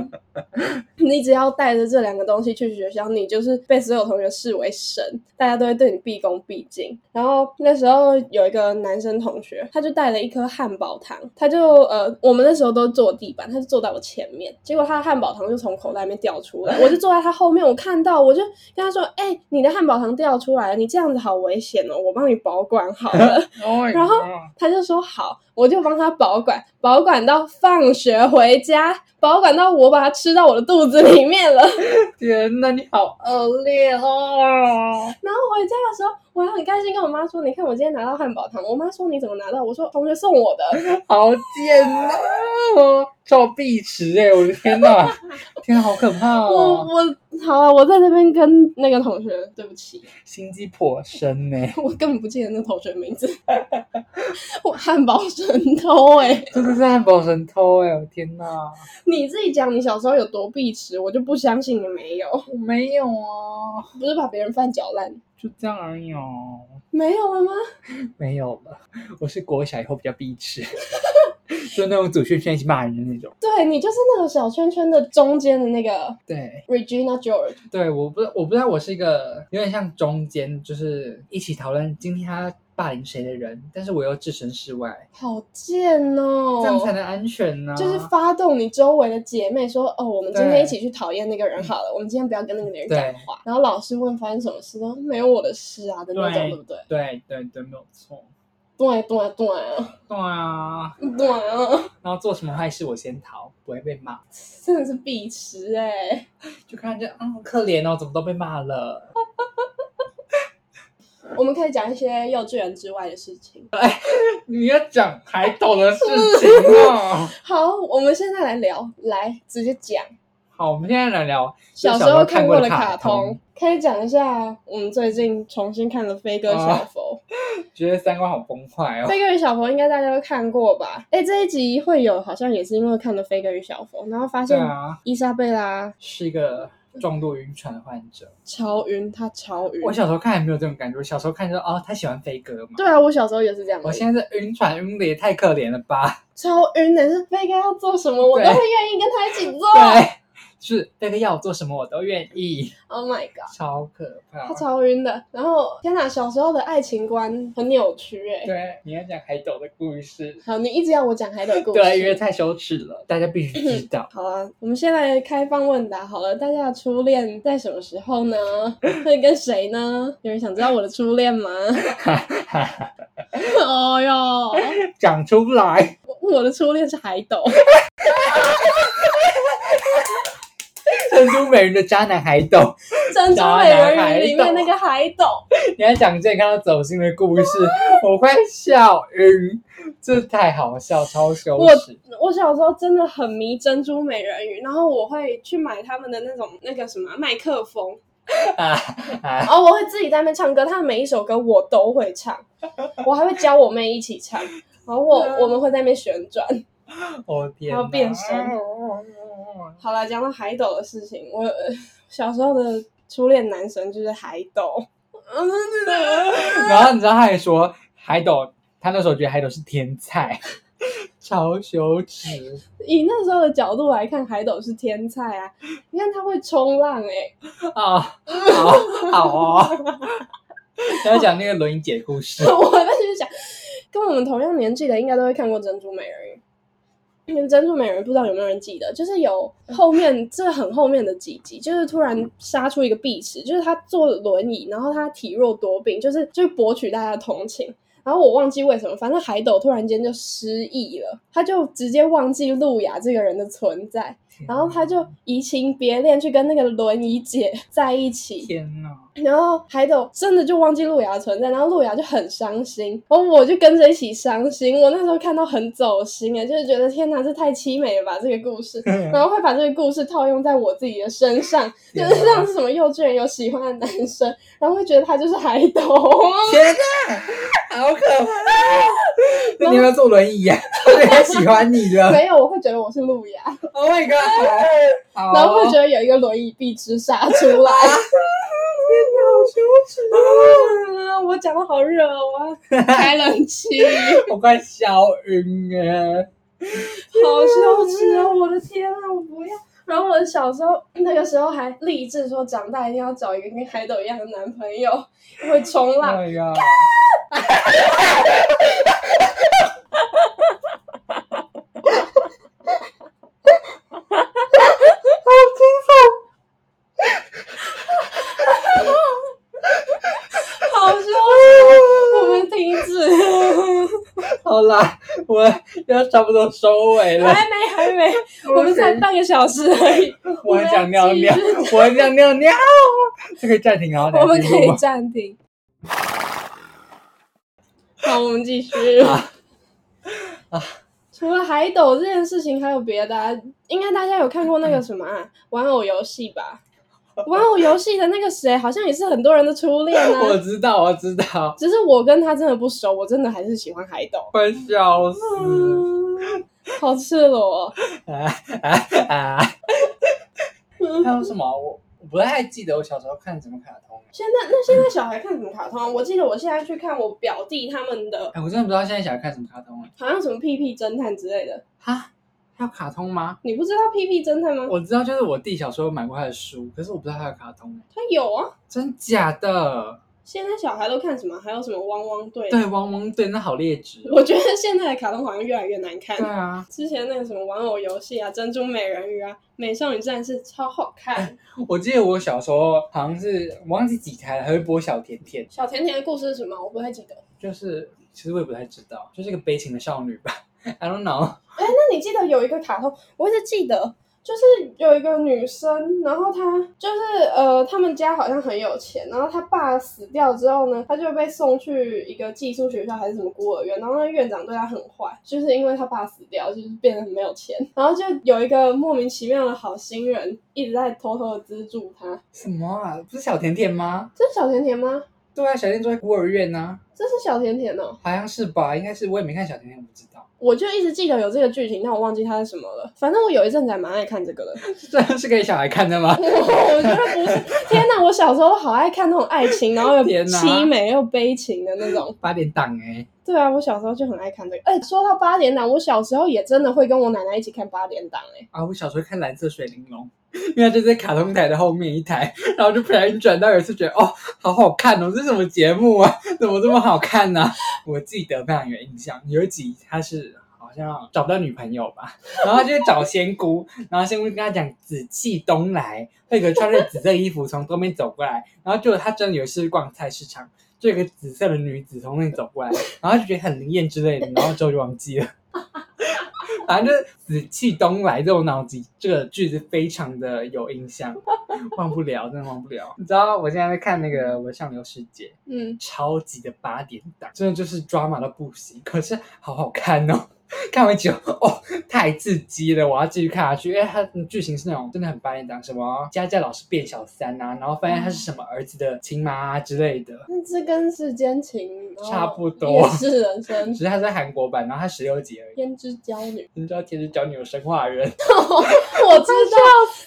Speaker 1: 你只要带着这两个东西去学校，你就是被所有同学视为神，大家都会对你毕恭毕敬。然后那时候有一个男生同学，他就带了一颗汉堡糖，他就呃，我们那时候都坐地板，他就坐在我前面，结果他的汉堡糖就从口袋里面掉出来，我就坐在他后面，我看到我就跟他说：“哎、你的汉堡糖掉出来了，你这样子好危险哦，我帮你保管好了。”
Speaker 2: Oh
Speaker 1: 然后他就说好，我就帮他保管，保管到放学回家，保管到我把它吃到我的肚子里面了。
Speaker 2: 天哪，你好恶劣哦！
Speaker 1: 然后回家的时候，我还很开心跟我妈说：“你看我今天拿到汉堡糖。”我妈说：“你怎么拿到？”我说：“同学送我的。
Speaker 2: 好贱哦！臭壁池哎，我的天 哪，天哪，好可怕
Speaker 1: 我”我
Speaker 2: 哦！
Speaker 1: 好了，我在这边跟那个同学对不起，
Speaker 2: 心机颇深呢，
Speaker 1: 我根本不记得那同学名 字。我汉堡神偷哎、
Speaker 2: 这就是汉堡神偷哎！我的天哪，
Speaker 1: 你自己讲你小时候有多碧池，我就不相信你没有，
Speaker 2: 我没有啊，
Speaker 1: 不是把别人饭搅烂，
Speaker 2: 就这样而已哦。
Speaker 1: 没有了吗？
Speaker 2: 没有了，我是国小以后比较必吃， 就那种组圈圈一起骂人的那种。
Speaker 1: 对你就是那个小圈圈的中间的那个
Speaker 2: 对
Speaker 1: Regina George，
Speaker 2: 对，我不我不知道我是一个有点像中间，就是一起讨论今天他霸凌谁的人，但是我又置身事外，
Speaker 1: 好贱哦！
Speaker 2: 这样才能安全呢、
Speaker 1: 就是发动你周围的姐妹说：“哦，我们今
Speaker 2: 对
Speaker 1: 天一起去讨厌那个人好了，我们今天不要跟那个人
Speaker 2: 对
Speaker 1: 讲话。”然后老师问发生什么事都没有我的事啊的那种，
Speaker 2: 对
Speaker 1: 对不对？
Speaker 2: 对对对，没有错。
Speaker 1: 对对对啊，
Speaker 2: 对啊，
Speaker 1: 对啊，
Speaker 2: 然后做什么坏事我先逃，不会被骂。
Speaker 1: 真的是必吃哎、
Speaker 2: 就看着，嗯，可怜哦，怎么都被骂了。
Speaker 1: 我们可以讲一些幼稚园之外的事情。
Speaker 2: 你要讲海斗的事情 哦。
Speaker 1: 好，我们现在来聊，来直接讲
Speaker 2: 好，我们现在来聊
Speaker 1: 小时
Speaker 2: 时
Speaker 1: 候
Speaker 2: 看
Speaker 1: 过的
Speaker 2: 卡
Speaker 1: 卡通，，可以讲一下我们最近重新看了《飞哥与小佛》
Speaker 2: 觉得三观好崩坏哦。
Speaker 1: 飞哥与小佛》应该大家都看过吧？哎，这一集会有好像也是因为看了《飞哥与小佛》，然后发
Speaker 2: 对
Speaker 1: 现
Speaker 2: 啊，
Speaker 1: 伊莎贝拉
Speaker 2: 是一个重度晕船的患者。
Speaker 1: 超晕，她超晕
Speaker 2: 我。小时候看还没有这种感觉，我小时候看就哦，他喜欢飞哥嘛。
Speaker 1: 对啊，我小时候也是这样的
Speaker 2: 我，现在这晕船晕的也太可怜了吧？
Speaker 1: 超晕的。是飞哥要做什么，我都
Speaker 2: 对
Speaker 1: 会愿意跟他一起做。
Speaker 2: 对，就是飞哥要我做什么我都愿意，
Speaker 1: Oh my god，
Speaker 2: 超可怕
Speaker 1: 他。超晕的。然后天哪，小时候的爱情观很扭曲哎、
Speaker 2: 对，你要讲海斗的故事，
Speaker 1: 好，你一直要我讲海的故事。
Speaker 2: 对，因为太羞耻了，大家必须知 道。
Speaker 1: 好啊，我们先来开放问答好了。大家的初恋在什么时候呢？ 会跟谁呢？有人想知道我的初恋吗？ 哦哟，
Speaker 2: 讲出来，
Speaker 1: 我的初恋是海斗，
Speaker 2: 珍珠美人的渣男海斗，
Speaker 1: 珍珠美人鱼里面那个海斗。
Speaker 2: 你还讲这个看到走心的故事，我会笑晕，这太好笑，超羞耻。
Speaker 1: 我小时候真的很迷珍珠美人鱼，然后我会去买他们的那种那个什么麦克风，
Speaker 2: 啊啊！
Speaker 1: 然后我会自己在那边唱歌，他们每一首歌我都会唱，我还会教我妹一起唱，然后我我们会在那边旋转。
Speaker 2: 我哦天哪，
Speaker 1: 还要变身好了，讲到海斗的事情，我、呃小时候的初恋男神就是海斗。嗯，
Speaker 2: 然后你知道他还说海斗，他那时候觉得海斗是 天才，超羞耻。
Speaker 1: 以那时候的角度来看，海斗是天才啊！你看他会冲浪哎、
Speaker 2: 啊，好好哦。你要讲那个轮椅姐故事，
Speaker 1: 我当时就想，跟我们同样年纪的应该都会看过《珍珠美人鱼》。因为珍珠美人鱼不知道有没有人记得，就是有后面这很后面的几集，就是突然杀出一个碧池，就是他坐轮椅，然后他体弱多病，就是就是博取大家的同情。然后我忘记为什么，反正海斗突然间就失忆了，他就直接忘记路亚这个人的存在，然后他就移情别恋去跟那个轮椅姐在一起。
Speaker 2: 天哪，
Speaker 1: 然后海斗真的就忘记路亚的存在，然后路亚就很伤心，然后我就跟着一起伤心。我那时候看到很走心哎，就是觉得天哪，这太凄美了吧这个故事，然后会把这个故事套用在我自己的身上，就
Speaker 2: 天
Speaker 1: 是
Speaker 2: 哪
Speaker 1: 像是什么幼稚园有喜欢的男生，然后会觉得他就是海 斗，
Speaker 2: 天哪，好可 怕！那你要不要坐轮椅呀、我有点喜欢你 了。
Speaker 1: 没有，我会觉得我是路亚，
Speaker 2: Oh my god！好，哦
Speaker 1: 然后会觉得有一个轮椅壁纸杀出来。
Speaker 2: 天
Speaker 1: 啊， 我讲的好热哦，我要开冷 气，
Speaker 2: 哪，好羞耻！我快笑晕了。
Speaker 1: 好羞耻啊！我的天啊，我不要。然后我小时候那个时候还立志说，长大一定要找一个跟海斗一样的男朋友，会冲浪。
Speaker 2: 哎呀，
Speaker 1: 好羞耻，我们停 止，
Speaker 2: 好啦，我要差不多收尾了。
Speaker 1: 还没还没，哎我们啊才半个小时而已，
Speaker 2: 我很想尿尿，我很想尿尿，这可以暂停然后
Speaker 1: 我们可
Speaker 2: 再录
Speaker 1: 以
Speaker 2: 吗？
Speaker 1: 暂 停。好，我们继续。
Speaker 2: 啊
Speaker 1: 除了海斗这件事情，还有别的、啊，应该大家有看过那个什么、啊、玩偶游戏吧？玩偶游戏的那个谁，好像也是很多人的初恋
Speaker 2: 我
Speaker 1: 啊。
Speaker 2: 知道，我知道，
Speaker 1: 只是我跟他真的不熟，我真的还是喜欢海斗。
Speaker 2: 快笑死！嗯
Speaker 1: 好赤裸、哦，
Speaker 2: 啊啊啊！还有什么？啊我我不太记得我小时候看什么卡通。
Speaker 1: 现在那现在小孩看什么卡通啊？我记得我现在去看我表弟他们的，
Speaker 2: 哎，我真的不知道现在小孩看什么卡通了。啊
Speaker 1: 好像什么屁屁侦探之类的。
Speaker 2: 哈，还有卡通吗？
Speaker 1: 你不知道屁屁侦探吗？
Speaker 2: 我知道，就是我弟小时候买过他的书，可是我不知道他有卡通。
Speaker 1: 他有啊。
Speaker 2: 真假的？
Speaker 1: 现在小孩都看什么？还有什么汪汪队？
Speaker 2: 对，汪汪队那好劣质哦。
Speaker 1: 我觉得现在的卡通好像越来越难看
Speaker 2: 对。啊，
Speaker 1: 之前那个什么玩偶游戏啊，珍珠美人鱼啊，美少女战士超好看。
Speaker 2: 我记得我小时候好像是我忘记几台了，还会播小甜甜。
Speaker 1: 小甜甜的故事是什么？我不太记得。
Speaker 2: 就是其实我也不太知道，就是一个悲情的少女吧。I don't know。
Speaker 1: 哎，那你记得有一个卡通，我一直记得，就是有一个女生，然后她就是呃，他们家好像很有钱，然后她爸死掉之后呢，她就被送去一个寄宿学校还是什么孤儿院，然后那院长对她很坏，就是因为她爸死掉，就是变得很没有钱，然后就有一个莫名其妙的好心人一直在偷偷的资助她，
Speaker 2: 什么啊？不是小甜甜吗？
Speaker 1: 这是小甜甜吗？
Speaker 2: 对啊，小甜甜住在孤儿院呐、
Speaker 1: 这是小甜甜哦，
Speaker 2: 好像是吧？应该是，我也没看小甜甜，我不知道。
Speaker 1: 我就一直记得有这个剧情，但我忘记它是什么了。反正我有一阵子还蛮爱看这个的。
Speaker 2: 这是给小孩看的吗？
Speaker 1: 我觉得不是。天哪，我小时候好爱看那种爱情，然后又
Speaker 2: 天哪
Speaker 1: 凄美又悲情的那种。
Speaker 2: 八点档哎、
Speaker 1: 对啊，我小时候就很爱看这个。哎、说到八点档，我小时候也真的会跟我奶奶一起看八点档、哎，
Speaker 2: 啊！我小时候看《蓝色水玲珑》，因为它就在卡通台的后面一台，然后就不小心转到有一次，觉得哦，好好看哦，这是什么节目啊？ 怎么这么好看呢、我记得非常有印象，有一集他是好像找不到女朋友吧，然后他就去找仙姑，然后仙姑就跟他讲紫气东来，会有个穿着紫色衣服从东边走过来，然后结果他真的有一次逛菜市场。就有一个紫色的女子从那里走过来，然后就觉得很灵验之类的，然后之后就忘记了。反正就是“紫气东来”这种脑子这个句子非常的有印象，忘不了，真的忘不了。你知道我现在在看那个《我的上流世界》，
Speaker 1: 嗯，
Speaker 2: 超级的八点档，真的就是抓马到不行，可是好好看哦。看完之后，哦，太刺激了，我要继续看下去。因为它的剧情是那种真的很八点档，什么家教老师变小三啊，然后发现他是什么儿子的亲妈、啊、之类的。
Speaker 1: 那这跟世间情然后
Speaker 2: 差不多
Speaker 1: 也是人生
Speaker 2: 只。是他在韩国版，然后他十六集而已。
Speaker 1: 天之娇女，
Speaker 2: 你知道《天之娇女》有生化人，
Speaker 1: 我知道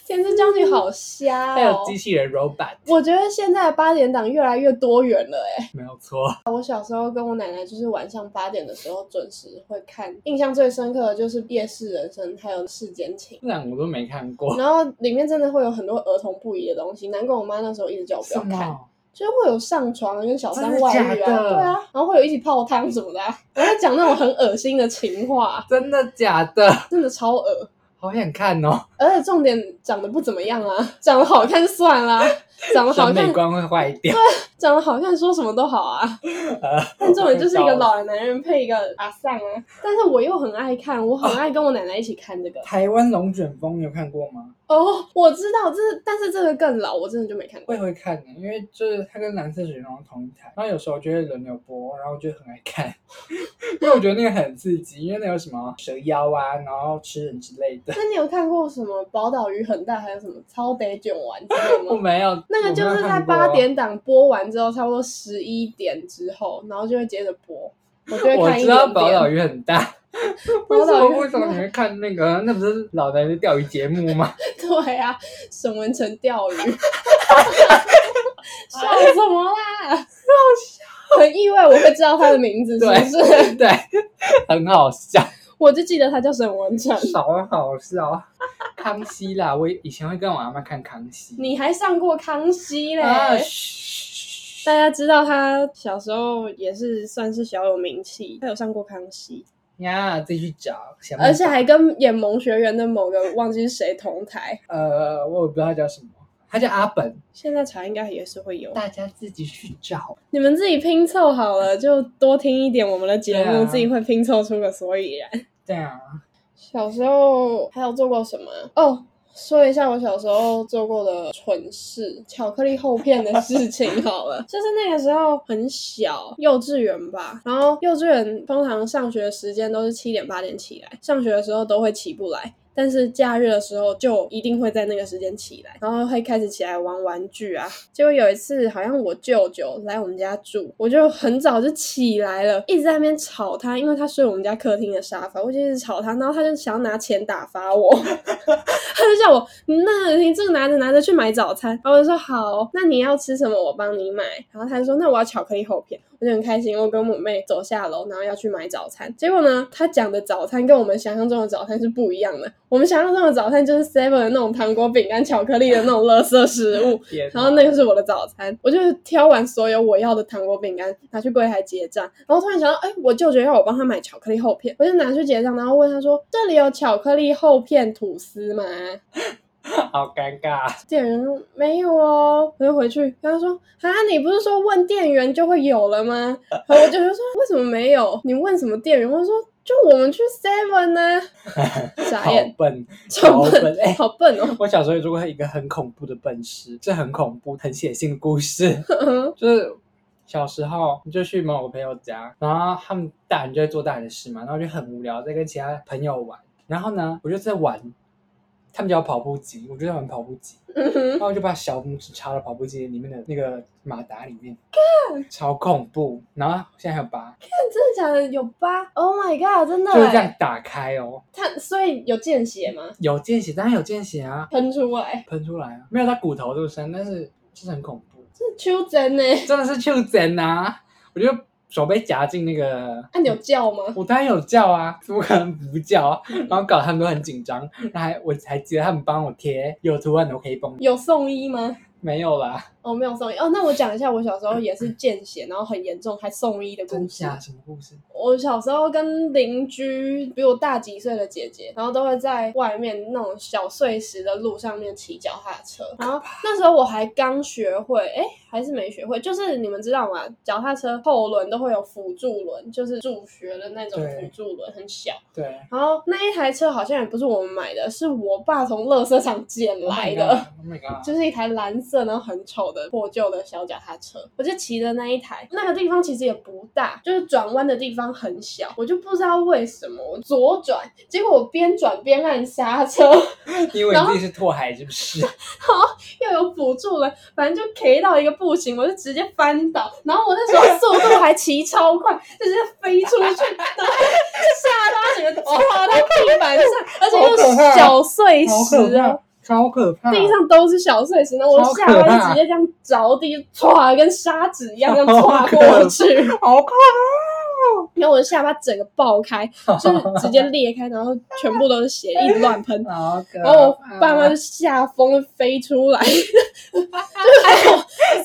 Speaker 1: 天之娇女好瞎
Speaker 2: 还有
Speaker 1: 哦
Speaker 2: 机。器人 robot，
Speaker 1: 我觉得现在的八点档越来越多元了、哎。
Speaker 2: 没有错。
Speaker 1: 我小时候跟我奶奶就是晚上八点的时候准时会看，印象最深刻的就是《夜市人生》还有《世间情
Speaker 2: 这两我都没看》，过。
Speaker 1: 然后里面真的会有很多儿童不宜的东西，难怪我妈那时候一直叫我不要看，？就是会有上床跟小三外
Speaker 2: 真
Speaker 1: 遇啊，
Speaker 2: 的假的
Speaker 1: 对啊，然后会有一起泡汤什么的、啊，然后讲那种很恶心的情话，
Speaker 2: 真的假的？
Speaker 1: 真的超恶。
Speaker 2: 好想 看哦！
Speaker 1: 而且重点长得不怎么样啊，长得好看就算啦、长得好
Speaker 2: 审美
Speaker 1: 看，
Speaker 2: 观会坏掉。
Speaker 1: 长得好看说什么都好 啊。但重点就是一个老的男人配一个阿丧啊！但是我又很爱看，我很爱跟我奶奶一起看 这个。
Speaker 2: 台湾龙卷风，你有看过吗？
Speaker 1: 哦，我知道，这是但是这个更老，我真的就没看
Speaker 2: 我
Speaker 1: 过。
Speaker 2: 也会看的，因为就是它跟蓝色水龙同一台，然后有时候就会轮流播，然后就很爱看， 因为我觉得那个很刺激，因为那有什么蛇妖啊，然后吃人之类的。
Speaker 1: 那你有看过什么《宝岛鱼很大》，还有什么《超得卷丸》之类
Speaker 2: 我
Speaker 1: 吗？
Speaker 2: 没有，
Speaker 1: 那个就
Speaker 2: 我没
Speaker 1: 是
Speaker 2: 有
Speaker 1: 在
Speaker 2: 看过
Speaker 1: 八，点档播完之后，差不多十一点之后，然后就会接着播。我就会
Speaker 2: 我
Speaker 1: 看一
Speaker 2: 知道
Speaker 1: 点
Speaker 2: 宝岛
Speaker 1: 点。
Speaker 2: 鱼很大。 为
Speaker 1: 宝
Speaker 2: 什
Speaker 1: 岛
Speaker 2: 么
Speaker 1: 鱼
Speaker 2: 为什么你会看那个？那不是老男人钓鱼节目吗？
Speaker 1: 对啊，沈文成 钓鱼，笑什么啦？好笑。很意外我会知道他的名字，是不
Speaker 2: 对
Speaker 1: 是？
Speaker 2: 对， 很好笑，
Speaker 1: 我就记得他叫沈文成。
Speaker 2: 好 好笑。康熙啦，我以前会跟我阿妈看康熙。
Speaker 1: 你还上过康熙嘞？
Speaker 2: 啊，嘘
Speaker 1: 大家知道他小时候也是算是小有名气，他有上过康熙，
Speaker 2: 呀，自己去找。想办法
Speaker 1: 而且还跟演《萌学园》的某个忘记是谁同台。
Speaker 2: 呃，我也不知道他叫什么，他叫阿本，
Speaker 1: 现在查应该也是会有，
Speaker 2: 大家自己去找。
Speaker 1: 你们自己拼凑好了，就多听一点我们的节目，
Speaker 2: 对啊
Speaker 1: 自己会拼凑出个所以然。
Speaker 2: 对啊，
Speaker 1: 小时候还有做过什么啊？哦。说一下我小时候做过的蠢事，巧克力厚片的事情好了，就是那个时候很小，幼稚园吧，然后幼稚园通常上学时间都是七点八点起来，上学的时候都会起不来。但是假日的时候就一定会在那个时间起来，然后会开始起来玩玩具啊。结果有一次，好像我舅舅来我们家住，我就很早就起来了，一直在那边吵他，因为他睡我们家客厅的沙发，我就一直吵他，然后他就想要拿钱打发我。 他就叫我，嗯那你这个拿着拿着去买早餐。然后我就说好，那你要吃什么我帮你买。然后他就说那我要巧克力厚片，我就很开心。我跟我妹走下楼，然后要去买早餐。结果呢，他讲的早餐跟我们想象中的早餐是不一样的。我们想象中的早餐就是 seven 的那种糖果、饼干、巧克力的那种垃圾食物，
Speaker 2: 天哪
Speaker 1: 然后那个是我的早餐，我就挑完所有我要的糖果、饼干，拿去柜台结账。然后突然想到，哎，我舅舅要我帮他买巧克力厚片，我就拿去结账，然后问他说：“这里有巧克力厚片吐司吗？”
Speaker 2: 好尴尬。
Speaker 1: 店员说没有哦，我就回去跟他说啊，你不是说问店员就会有了吗？然后我就说为什么没有？你问什么店员？我说就我们去 Seven 呢、傻
Speaker 2: 好
Speaker 1: 眼，
Speaker 2: 笨，
Speaker 1: 超
Speaker 2: 好
Speaker 1: 笨，
Speaker 2: 哎
Speaker 1: 好笨哦。
Speaker 2: 我小时候也做过一个很恐怖的笨事，这很恐怖、很血腥的故事，就是小时候你就去某个朋友家，然后他们大人就在做大人的事嘛，然后就很无聊，在跟其他朋友玩。然后呢，我就在玩，他们叫跑步机，我就在玩跑步机，
Speaker 1: 嗯哼
Speaker 2: 然，后我就把小拇指插到跑步机里面的那个马达里面，超恐怖。然后现在还有疤，
Speaker 1: 真的假的？有疤？Oh my god！真的
Speaker 2: 就是这样
Speaker 1: 哎，
Speaker 2: 打开哦，
Speaker 1: 它所以有见血吗？
Speaker 2: 有见血，当然有见血啊，
Speaker 1: 喷出来，
Speaker 2: 喷出来啊，没有到骨头这么深，但是就是很恐怖。
Speaker 1: 这秋真呢？
Speaker 2: 真的是就整啊！我就手被夹进那个，
Speaker 1: 啊那、你有叫吗？
Speaker 2: 我当然有叫啊，怎么可能不叫、啊？然后搞得他们都很紧张，然后还我还记得他们帮我贴有图案的黑绷，
Speaker 1: 有送医吗？
Speaker 2: 没有啦，
Speaker 1: 哦，没有送医哦。那我讲一下，我小时候也是见血，然后很严重，还送医的故
Speaker 2: 真
Speaker 1: 事。
Speaker 2: 假什么故事？
Speaker 1: 我小时候跟邻居比我大几岁的姐姐，然后都会在外面那种小碎石的路上面骑脚踏车。然后那时候我还刚学会，哎，还是没学会，就是你们知道吗？脚踏车后轮都会有辅助轮，就是助学的那种
Speaker 2: 对
Speaker 1: 辅助轮，很小。
Speaker 2: 对，
Speaker 1: 然后那一台车好像也不是我们买的，是我爸从垃圾场捡来的。
Speaker 2: Oh my god！Oh my god
Speaker 1: 就是一台蓝色然后很丑的破旧的小脚踏车，我就骑的那一台，那个地方其实也不大，就是转弯的地方很小，我就不知道为什么我左转，结果我边转边按刹车，
Speaker 2: 你以为你自己是拓海是不是？
Speaker 1: 又有辅助了，反正就 K 到一个不行，我就直接翻倒，然后我那时候速度还骑超快，就直接飞出去，然后吓到整个撞到地板上，而且又
Speaker 2: 好可怕
Speaker 1: 小碎
Speaker 2: 好可
Speaker 1: 石啊。
Speaker 2: 怕，超可怕！
Speaker 1: 地上都是小碎石，然后我下
Speaker 2: 超可
Speaker 1: 巴就
Speaker 2: 怕
Speaker 1: 直接这样着地，歘，跟砂纸一样这样
Speaker 2: 好
Speaker 1: 歘
Speaker 2: 可
Speaker 1: 过 去，
Speaker 2: 好可
Speaker 1: 然后我的下巴整个爆开，就是直接裂开，然后全部都是血，一直乱喷。
Speaker 2: 怕，好可怕！
Speaker 1: 然后我哦爸妈就吓疯，飞出 来，就是还有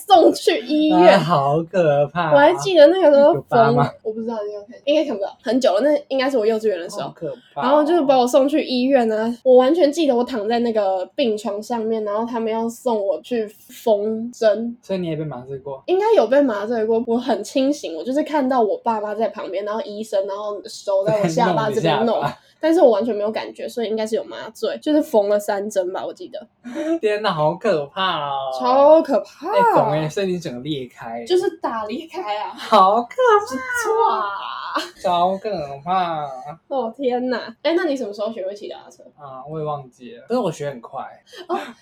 Speaker 1: 送去医
Speaker 2: 啊
Speaker 1: 院。
Speaker 2: 好可怕！
Speaker 1: 我还记得那个时候
Speaker 2: 啊有疤
Speaker 1: 缝
Speaker 2: 吗，
Speaker 1: 我不知道你有看，应该看不到，很久了，那应该是我幼稚园的时候
Speaker 2: 好。可怕哦，
Speaker 1: 然后就是把我送去医院啊，我完全记得我躺在那个病床上面，然后他们要送我去缝针，
Speaker 2: 所以你也被麻醉过，
Speaker 1: 应该有被麻醉过，我很清醒，我就是看到我爸妈在旁边，然后医生，然后手在我下巴这边
Speaker 2: 弄你
Speaker 1: 弄
Speaker 2: 下巴，
Speaker 1: 但是我完全没有感觉，所以应该是有麻醉，就是缝了三针吧，我记得，
Speaker 2: 天哪，好可怕哦！
Speaker 1: 超可怕，
Speaker 2: 哎，懂哎，所以你整个裂开，
Speaker 1: 就是打离开 啊，
Speaker 2: 好可
Speaker 1: 哇，
Speaker 2: 怕，超可怕
Speaker 1: 哦天哪，哎，那你什么时候学会骑脚踏车？
Speaker 2: 啊！我也忘记了，但是我学很快，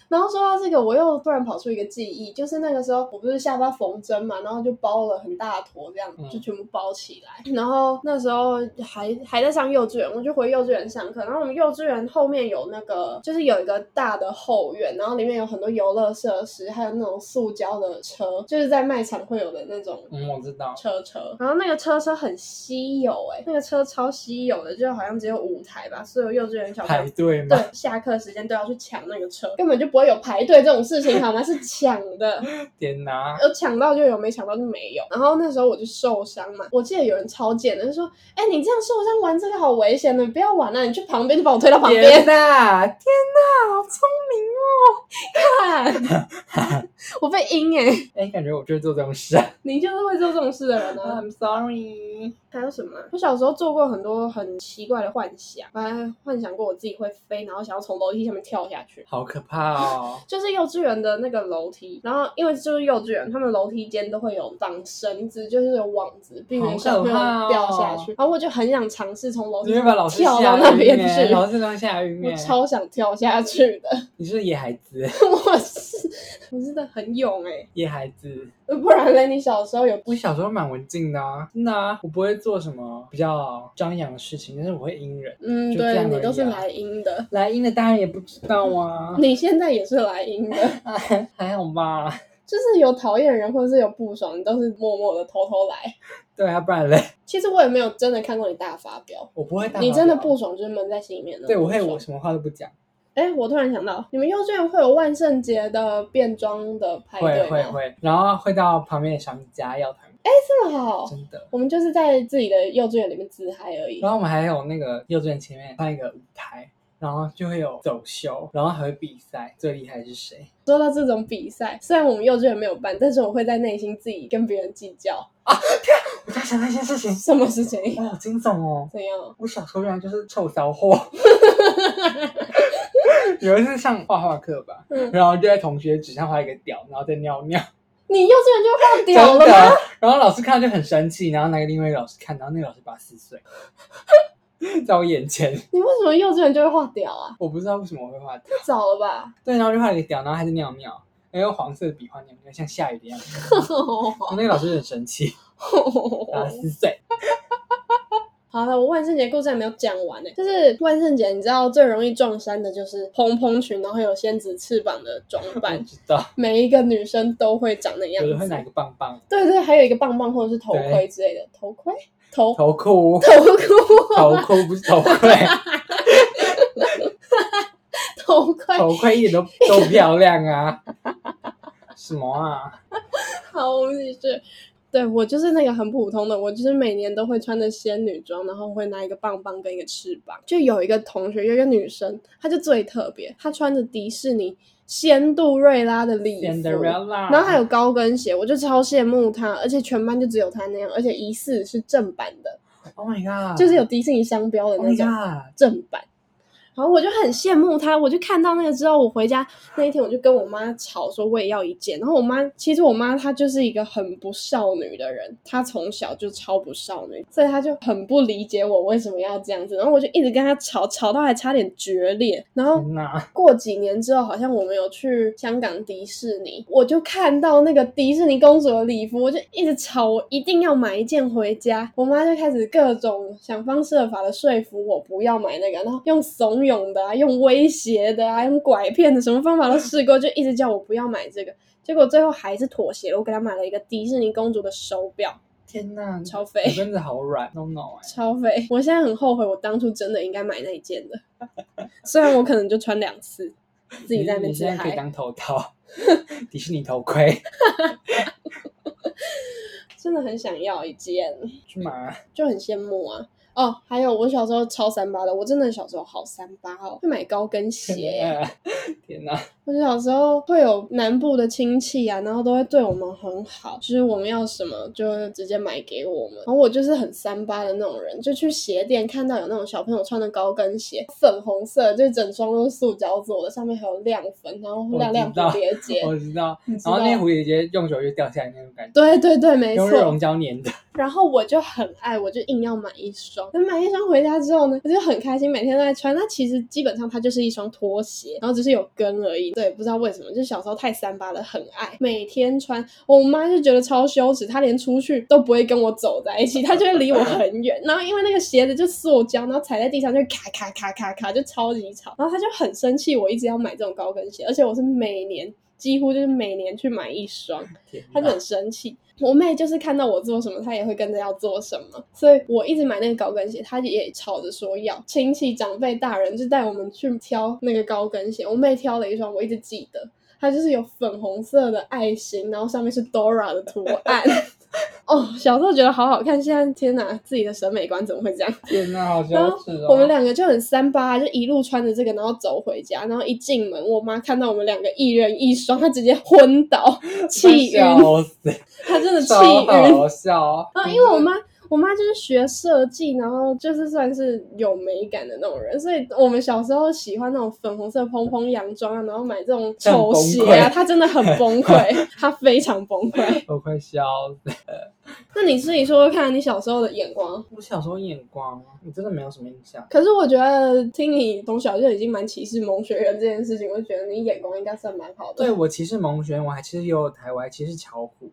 Speaker 1: 然后说到这个，我又突然跑出一个记忆，就是那个时候我不是下巴缝针嘛，然后就包了很大坨，这样
Speaker 2: 嗯
Speaker 1: 就全部包起来。然后那时候还还在上幼稚园，我就回幼稚园上课。然后我们幼稚园后面有那个，就是有一个大的后院，然后里面有很多游乐设施，还有那种塑胶的车，就是在卖场会有的那种
Speaker 2: 嗯，我知道，
Speaker 1: 车车，然后那个车车很稀有哎、那个车超稀有的，就好像只有五台吧，所有幼稚园小朋友
Speaker 2: 排队吗
Speaker 1: 对？，下课时间都要去抢那个车，根本就不会有排队这种事情，好吗？是抢的，
Speaker 2: 天哪，
Speaker 1: 有抢到就有，没抢到就没有。然后那时候我就受伤嘛，我记得有人超贱的，就说：“哎、你这样受伤玩这个好危险的，你不要玩了、啊你去旁边就把我推到旁
Speaker 2: 天
Speaker 1: 边
Speaker 2: 哪，天哪，好聪明哦
Speaker 1: 看。” 我被阴哎、
Speaker 2: 哦！哎，感觉我就是做这种事啊。
Speaker 1: 你就是会做这种事的人啊！
Speaker 2: I'm sorry，
Speaker 1: 还有什么啊？我小时候做过很多很奇怪的幻想，我还幻想过我自己会飞，然后想要从楼梯下面跳下去。
Speaker 2: 好可怕哦！
Speaker 1: 就是幼稚园的那个楼梯，然后因为就是幼稚园，他们楼梯间都会有绑绳子，就是有网子，避免小朋友掉下去。然后我就很想尝试从楼
Speaker 2: 哦你
Speaker 1: 梯
Speaker 2: 会把老师
Speaker 1: 跳到
Speaker 2: 吓
Speaker 1: 那
Speaker 2: 晕
Speaker 1: 边
Speaker 2: 欸，
Speaker 1: 去，
Speaker 2: 老师都吓晕
Speaker 1: 我
Speaker 2: 欸
Speaker 1: 超想跳下去的。
Speaker 2: 你是不是野孩子，
Speaker 1: 我是我真的很勇哎、
Speaker 2: 野孩子。
Speaker 1: 不然嘞，你小时候有
Speaker 2: 我小时候蛮文静的啊，真的啊，我不会做什么比较张扬的事情，但是我会阴人。
Speaker 1: 嗯，
Speaker 2: 就这
Speaker 1: 对
Speaker 2: 样而已啊
Speaker 1: 你都是来阴的，
Speaker 2: 来阴的当然也不知道啊，
Speaker 1: 你现在也是来阴的，
Speaker 2: 还好吧？
Speaker 1: 就是有讨厌的人或者是有不爽，你都是默默的偷偷来。
Speaker 2: 对啊，不然嘞，
Speaker 1: 其实我也没有真的看过你大发飙，
Speaker 2: 我不会大。啊
Speaker 1: 你真的不？爽就是闷在心里面的。
Speaker 2: 对，我会，
Speaker 1: 不爽
Speaker 2: 我什么话都不讲。
Speaker 1: 哎，我突然想到，你们幼稚园会有万圣节的变装的派
Speaker 2: 会
Speaker 1: 对
Speaker 2: 会
Speaker 1: 吗？
Speaker 2: 会，然后会到旁边的商家要团购，
Speaker 1: 这么好，
Speaker 2: 真的。
Speaker 1: 哦我们就是在自己的幼稚园里面自嗨而已
Speaker 2: 啊然。后我们还有那个幼稚园前面放一个舞台，然后就会有走秀，然后还会比赛，最厉害是谁？
Speaker 1: 说到这种比赛，虽然我们幼稚园没有办，但是我会在内心自己跟别人计较
Speaker 2: 我在想那件事情，
Speaker 1: 什么事情
Speaker 2: 哇，好惊悚哦！
Speaker 1: 怎样。
Speaker 2: 我小时候原来就是臭骚 货。有一次上画画课吧，
Speaker 1: 嗯
Speaker 2: 然后就在同学纸上画一个屌，然后再尿尿，
Speaker 1: 你幼稚园就画屌
Speaker 2: 真
Speaker 1: 了吗？
Speaker 2: 的。然后老师看到就很生气，然后拿给另外一个老师看，然后那个老师把他撕碎， 在我眼前，
Speaker 1: 你为什么幼稚园就会画屌啊？
Speaker 2: 我不知道为什么我会画屌。
Speaker 1: 早了 吧？
Speaker 2: 对，然后就画了一个屌，然后还是尿尿，然后用黄色的笔画尿尿，像下雨的样子。然后那个老师就很 生气，把他撕碎。
Speaker 1: 哦好了，我万圣节故事还没有讲完呢、就是万圣节，你知道最容易撞衫的就是蓬蓬裙，然后有仙子翅膀的装
Speaker 2: 我
Speaker 1: 扮，
Speaker 2: 知道，
Speaker 1: 每一个女生都会长那样
Speaker 2: 有人会拿一
Speaker 1: 子。
Speaker 2: 个棒棒
Speaker 1: 对对，还有一个棒棒或者是头盔
Speaker 2: 对
Speaker 1: 之类的，头盔、头
Speaker 2: 头箍，
Speaker 1: 头箍、
Speaker 2: 头箍不是 头盔，
Speaker 1: 头盔，
Speaker 2: 头盔一点都都漂亮啊！什么啊？
Speaker 1: 好，我们继续。对我就是那个很普通的，我就是每年都会穿着仙女装，然后会拿一个棒棒跟一个翅膀。就有一个同学，有一个女生，她就最特别，她穿着迪士尼仙杜瑞拉的礼服，
Speaker 2: ？Cinderella，
Speaker 1: 然后还有高跟鞋，我就超羡慕她，而且全班就只有她那样，而且疑似是正版的，
Speaker 2: ，Oh my god，
Speaker 1: 就是有迪士尼商标的
Speaker 2: Oh
Speaker 1: 那
Speaker 2: my
Speaker 1: 种。
Speaker 2: god，
Speaker 1: 正版。然后我就很羡慕他，我就看到那个之后，我回家那一天我就跟我妈吵说我也要一件。然后我妈其实我妈她就是一个很不少女的人，她从小就超不少女，所以她就很不理解我为什么要这样子。然后我就一直跟她吵，吵到还差点决裂。然后
Speaker 2: 天哪！
Speaker 1: 过几年之后，好像我们有去香港迪士尼，我就看到那个迪士尼公主的礼服，我就一直吵，我一定要买一件回家。我妈就开始各种想方设法的说服我不要买那个，然后用怂恿的啊，用威胁的啊，用拐骗的，什么方法都试过，就一直叫我不要买这个。结果最后还是妥协了，我给她买了一个迪士尼公主的手表，
Speaker 2: 天哪！
Speaker 1: 超肥
Speaker 2: 你真的好软，no no 哎，
Speaker 1: 超肥。我现在很后悔，我当初真的应该买那一件的，虽然我可能就穿两次，自己在那
Speaker 2: 你
Speaker 1: 边
Speaker 2: 你
Speaker 1: 自
Speaker 2: 现在可
Speaker 1: 嗨
Speaker 2: 以。当头套， 迪士尼头盔
Speaker 1: 真的很想要一件，
Speaker 2: 去买啊，
Speaker 1: 就很羡慕啊。哦，还有我小时候超三八的，我真的小时候好三八哦，会买高跟 鞋。
Speaker 2: 呃天哪！
Speaker 1: 我小时候会有南部的亲戚啊，然后都会对我们很好，就是我们要什么就直接买给我们。然后我就是很三八的那种人，就去鞋店看到有那种小朋友穿的高跟鞋，粉红色，就是整双都是塑胶做的，上面还有亮粉，然后
Speaker 2: 我
Speaker 1: 亮亮
Speaker 2: 知道
Speaker 1: 蝴蝶结。
Speaker 2: 我知道，
Speaker 1: 你知
Speaker 2: 然后那
Speaker 1: 道
Speaker 2: 蝴蝶结用久就掉下来那种感觉，
Speaker 1: 对对对，没错，
Speaker 2: 用热熔胶粘 的，
Speaker 1: 然后我就很爱，我就硬要买一双。等买一双回家之后呢，我就很开心，每天都在穿。它其实基本上它就是一双拖鞋，然后只是有跟而已。对，不知道为什么，就是小时候太三八了，很爱每天穿。我妈就觉得超羞耻，她连出去都不会跟我走在一起，她就会离我很远。然后因为那个鞋子就塑胶，然后踩在地上就咔咔咔咔咔，就超级吵。然后她就很生气，我一直要买这种高跟鞋，而且我是每年几乎就是每年去买一双。
Speaker 2: 天
Speaker 1: 她就
Speaker 2: 哪
Speaker 1: 很生气。我妹就是看到我做什么，她也会跟着要做什么，所以我一直买那个高跟鞋，她也吵着说要。亲戚长辈大人就带我们去挑那个高跟鞋，我妹挑了一双，我一直记得，它就是有粉红色的爱心，然后上面是 Dora 的图案。 哦，小时候觉得好好看，现在天哪，自己的审美观怎么会这样？
Speaker 2: 天哪，好羞
Speaker 1: 然后
Speaker 2: 耻哦！
Speaker 1: 我们两个就很三八，啊就一路穿着这个，然后走回家，然后一进门，我妈看到我们两个一人一双，她直接昏倒，气晕，
Speaker 2: 笑死，
Speaker 1: 她真的气
Speaker 2: 超
Speaker 1: 晕。
Speaker 2: 好笑。
Speaker 1: 啊，因为我妈我妈就是学设计，然后就是算是有美感的那种人，所以我们小时候喜欢那种粉红色蓬蓬洋装啊，然后买这种球鞋啊，
Speaker 2: 她很崩溃
Speaker 1: 她真的很崩 溃，她非常崩溃。
Speaker 2: 我快笑死！
Speaker 1: 那你自己说说看，你小时候的眼光。
Speaker 2: 我小时候眼光，你真的没有什么印象。
Speaker 1: 可是我觉得听你从小就已经蛮歧视萌学园这件事情，我就觉得你眼光应该算蛮好的。
Speaker 2: 对我歧视蒙学，我还其实也有台湾歧视巧虎，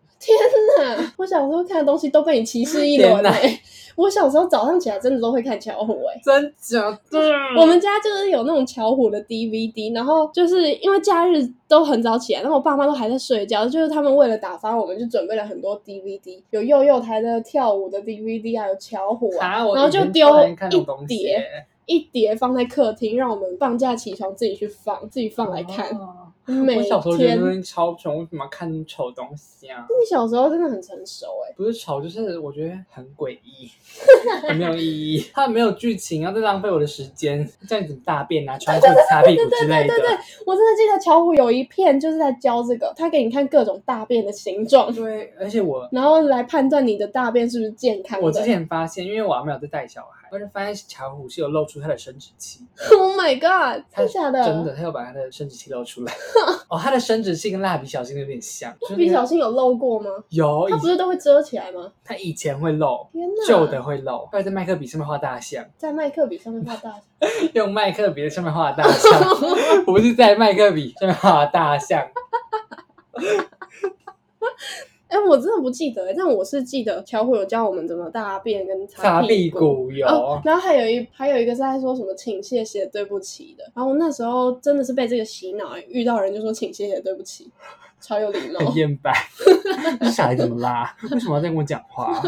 Speaker 1: 那 我小时候看的东西都被你歧视一轮
Speaker 2: 天哪
Speaker 1: 欸我小时候早上起来真的都会看巧虎哎、
Speaker 2: 真假的？
Speaker 1: 我们家就是有那种巧虎的 DVD，然后就是因为假日都很早起来，然后我爸妈都还在睡觉，就是他们为了打发我们，就准备了很多 DVD，有幼幼台的跳舞的 DVD 啊，有巧虎啊，
Speaker 2: 啊，我
Speaker 1: 然后就
Speaker 2: 以前
Speaker 1: 丢
Speaker 2: 不能看这种
Speaker 1: 一
Speaker 2: 东西
Speaker 1: 叠一叠放在客厅，让我们放假起床自己去放，自己放来看。
Speaker 2: 哦
Speaker 1: 每
Speaker 2: 我小时候觉
Speaker 1: 天
Speaker 2: 得东西超蠢，为什么要看那么丑东西啊？
Speaker 1: 你小时候真的很成熟哎、
Speaker 2: 不是丑，就是我觉得很诡异，很没有意义。它没有剧情，然后在浪费我的时间，这样子大便啊、穿裤子、擦屁股之类的。
Speaker 1: 我真的记得巧虎有一片就是在教这个，他给你看各种大便的形状，
Speaker 2: 对，而且我
Speaker 1: 然后来判断你的大便是不是健康的。
Speaker 2: 我之前发现，因为我还没有在带小孩，我就发现巧虎是有露出他的生殖器，
Speaker 1: ，Oh my God，真
Speaker 2: 他
Speaker 1: 的假的？
Speaker 2: 真的，他有把他的生殖器露出来。哦，他的生殖器跟蜡笔小新有点像，就是
Speaker 1: 蜡笔小
Speaker 2: 新
Speaker 1: 新有露过吗？
Speaker 2: 有，
Speaker 1: 他
Speaker 2: 以
Speaker 1: 不是都会遮起来吗？
Speaker 2: 他以前会露。
Speaker 1: 天哪！
Speaker 2: 旧的会露，后来在麦克笔上面画大象，
Speaker 1: 在麦克笔上面画大，
Speaker 2: 用麦克笔在上面画大象，不是在麦克笔上面画大象。
Speaker 1: 哎、我真的不记得、欸，但我是记得巧虎有教我们怎么大便跟
Speaker 2: 擦
Speaker 1: 屁
Speaker 2: 屁股有，
Speaker 1: 哦，然后还有一还有一个是在说什么请谢谢对不起的，然后我那时候真的是被这个洗脑、欸，遇到人就说请谢谢对不起，超有礼貌。
Speaker 2: 很厌白，这小孩怎么啦？为什么要在跟我讲话？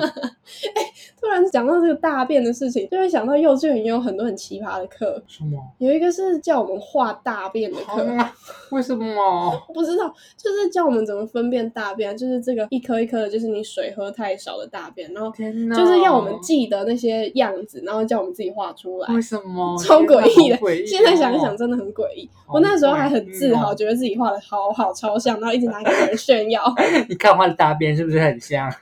Speaker 1: 突然讲到这个大便的事情，就会想到幼稚园也有很多很奇葩的课，
Speaker 2: 什么？
Speaker 1: 有一个是叫我们画大便的课，
Speaker 2: 啊为什么？
Speaker 1: 不知道，就是教我们怎么分辨大便，就是这个一颗一颗的，就是你水喝太少的大便，然后
Speaker 2: 天哪！
Speaker 1: 就是要我们记得那些样子，然后叫我们自己画出来。
Speaker 2: 为什么？
Speaker 1: 超诡异的
Speaker 2: 天哪好诡异哦
Speaker 1: 现在想一想，真的很诡异。
Speaker 2: 好
Speaker 1: 我那时候还很自豪，
Speaker 2: 诡异哦
Speaker 1: 觉得自己画的好好，超像，然后一直拿给别人炫耀。
Speaker 2: 你看我的大便是不是很像？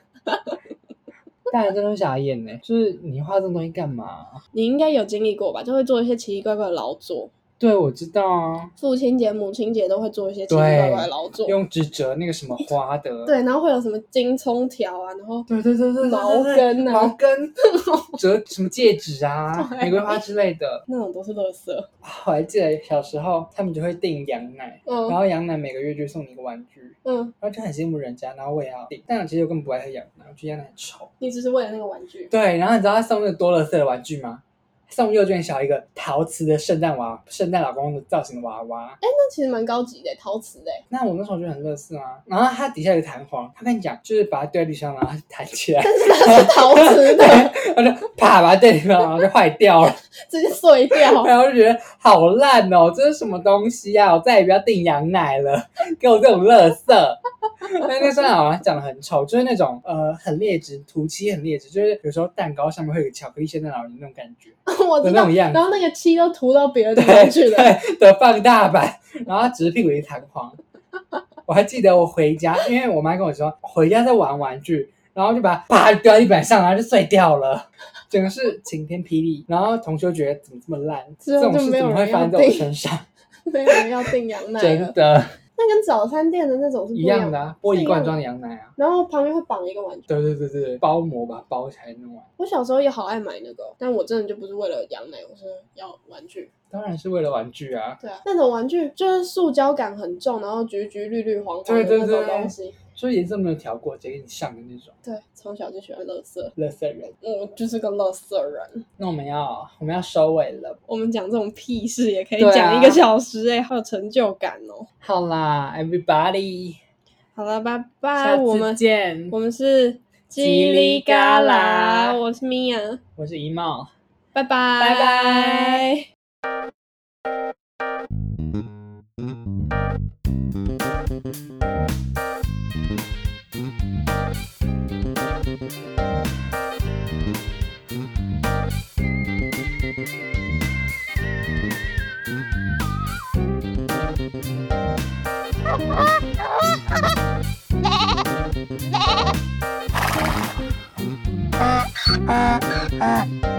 Speaker 2: 大人真的会傻眼呢，就是你画这种东西干嘛？
Speaker 1: 你应该有经历过吧？就会做一些奇奇怪怪的劳作，
Speaker 2: 对，我知道啊，
Speaker 1: 父亲节、母亲节都会做一些奇奇怪怪的劳作。
Speaker 2: 用纸折那个什么花的，
Speaker 1: 对，然后会有什么金葱条啊，然后
Speaker 2: 对对对对对，
Speaker 1: 毛
Speaker 2: 对
Speaker 1: 根啊
Speaker 2: 毛根折 什么戒指啊，
Speaker 1: 对
Speaker 2: 玫瑰花之类的。
Speaker 1: 那种都是垃圾。
Speaker 2: 我还记得小时候他们就会订羊奶，然
Speaker 1: 嗯
Speaker 2: 后羊奶每个月就送你一个玩具，
Speaker 1: 嗯，
Speaker 2: 然后就很羡慕人家，然后我也要订，但我其实我根本不爱喝羊奶，我觉得羊奶很臭。
Speaker 1: 你只是为了那个玩具。
Speaker 2: 对，然后你知道他送那个多乐色的玩具吗？送幼稚园小一个陶瓷的圣诞娃，圣诞老公公的造型的娃娃。
Speaker 1: 那其实蛮高级的，欸陶瓷 的。
Speaker 2: 那我那时候觉得很乐色啊。然后它底下有弹簧，他跟你讲，就是把它丢在地上，然后它弹起来，
Speaker 1: 但是它是陶瓷的，
Speaker 2: 然后就啪把它丢在地上，然后就坏掉了。
Speaker 1: 直接碎掉。
Speaker 2: 然后就觉得好烂哦，这是什么东西啊？我再也不要订羊奶了， 给我这种乐 色。那那圣诞老人长得很丑，就是那种呃很劣质，涂漆很劣质，就是有时候蛋糕上面会有巧克力圣诞老人那种感觉。
Speaker 1: 我哦知
Speaker 2: 那
Speaker 1: 道
Speaker 2: 种样，子
Speaker 1: 然后那个漆都涂到别人地方去了。
Speaker 2: 对的放大版，然后他只是屁股一弹簧。我还记得我回家，因为我妈跟我说回家在玩玩具，然后就把它啪丢在地板上，然后就碎掉了，整个是晴天霹雳。然后同学就觉得怎么这么烂，
Speaker 1: 之后
Speaker 2: 这
Speaker 1: 就
Speaker 2: 种事
Speaker 1: 没有
Speaker 2: 怎么会
Speaker 1: 人
Speaker 2: 发
Speaker 1: 要
Speaker 2: 生在我
Speaker 1: 订
Speaker 2: 身 上？
Speaker 1: 没有人要订羊奶
Speaker 2: 真
Speaker 1: 了，
Speaker 2: 的
Speaker 1: 那跟早餐店的那种是不
Speaker 2: 一
Speaker 1: 样
Speaker 2: 样的、啊，玻
Speaker 1: 是一样
Speaker 2: 璃罐
Speaker 1: 的
Speaker 2: 装的羊奶啊。
Speaker 1: 然后旁边会绑一个玩具。
Speaker 2: 对对对对，对包膜把它包起来弄完，
Speaker 1: 我小时候也好爱买那个，哦但我真的就不是为了羊奶，我是要玩具。
Speaker 2: 当然是为了玩具啊。
Speaker 1: 对啊，那种玩具就是塑胶感很重，然后橘橘绿绿黄黄的
Speaker 2: 对
Speaker 1: 那
Speaker 2: 对
Speaker 1: 种
Speaker 2: 对
Speaker 1: 东西。
Speaker 2: 所以颜色没有调过，直接给你上的那种
Speaker 1: 对，从小就喜欢乐色，
Speaker 2: 乐色人。
Speaker 1: 我就是个乐色人。
Speaker 2: 那我们要我们要收尾了。
Speaker 1: 我们讲这种屁事也可以
Speaker 2: 对啊
Speaker 1: 讲一个小时哎、好有成就感哦。
Speaker 2: 好啦，everybody，
Speaker 1: 好了，拜
Speaker 2: 下
Speaker 1: 拜，我
Speaker 2: 次
Speaker 1: 们
Speaker 2: 见。
Speaker 1: 我们是叽里嘎啦，我是米娅，
Speaker 2: 我是一茂。
Speaker 1: 拜拜，拜
Speaker 2: 拜拜。
Speaker 3: uh, uh, uh.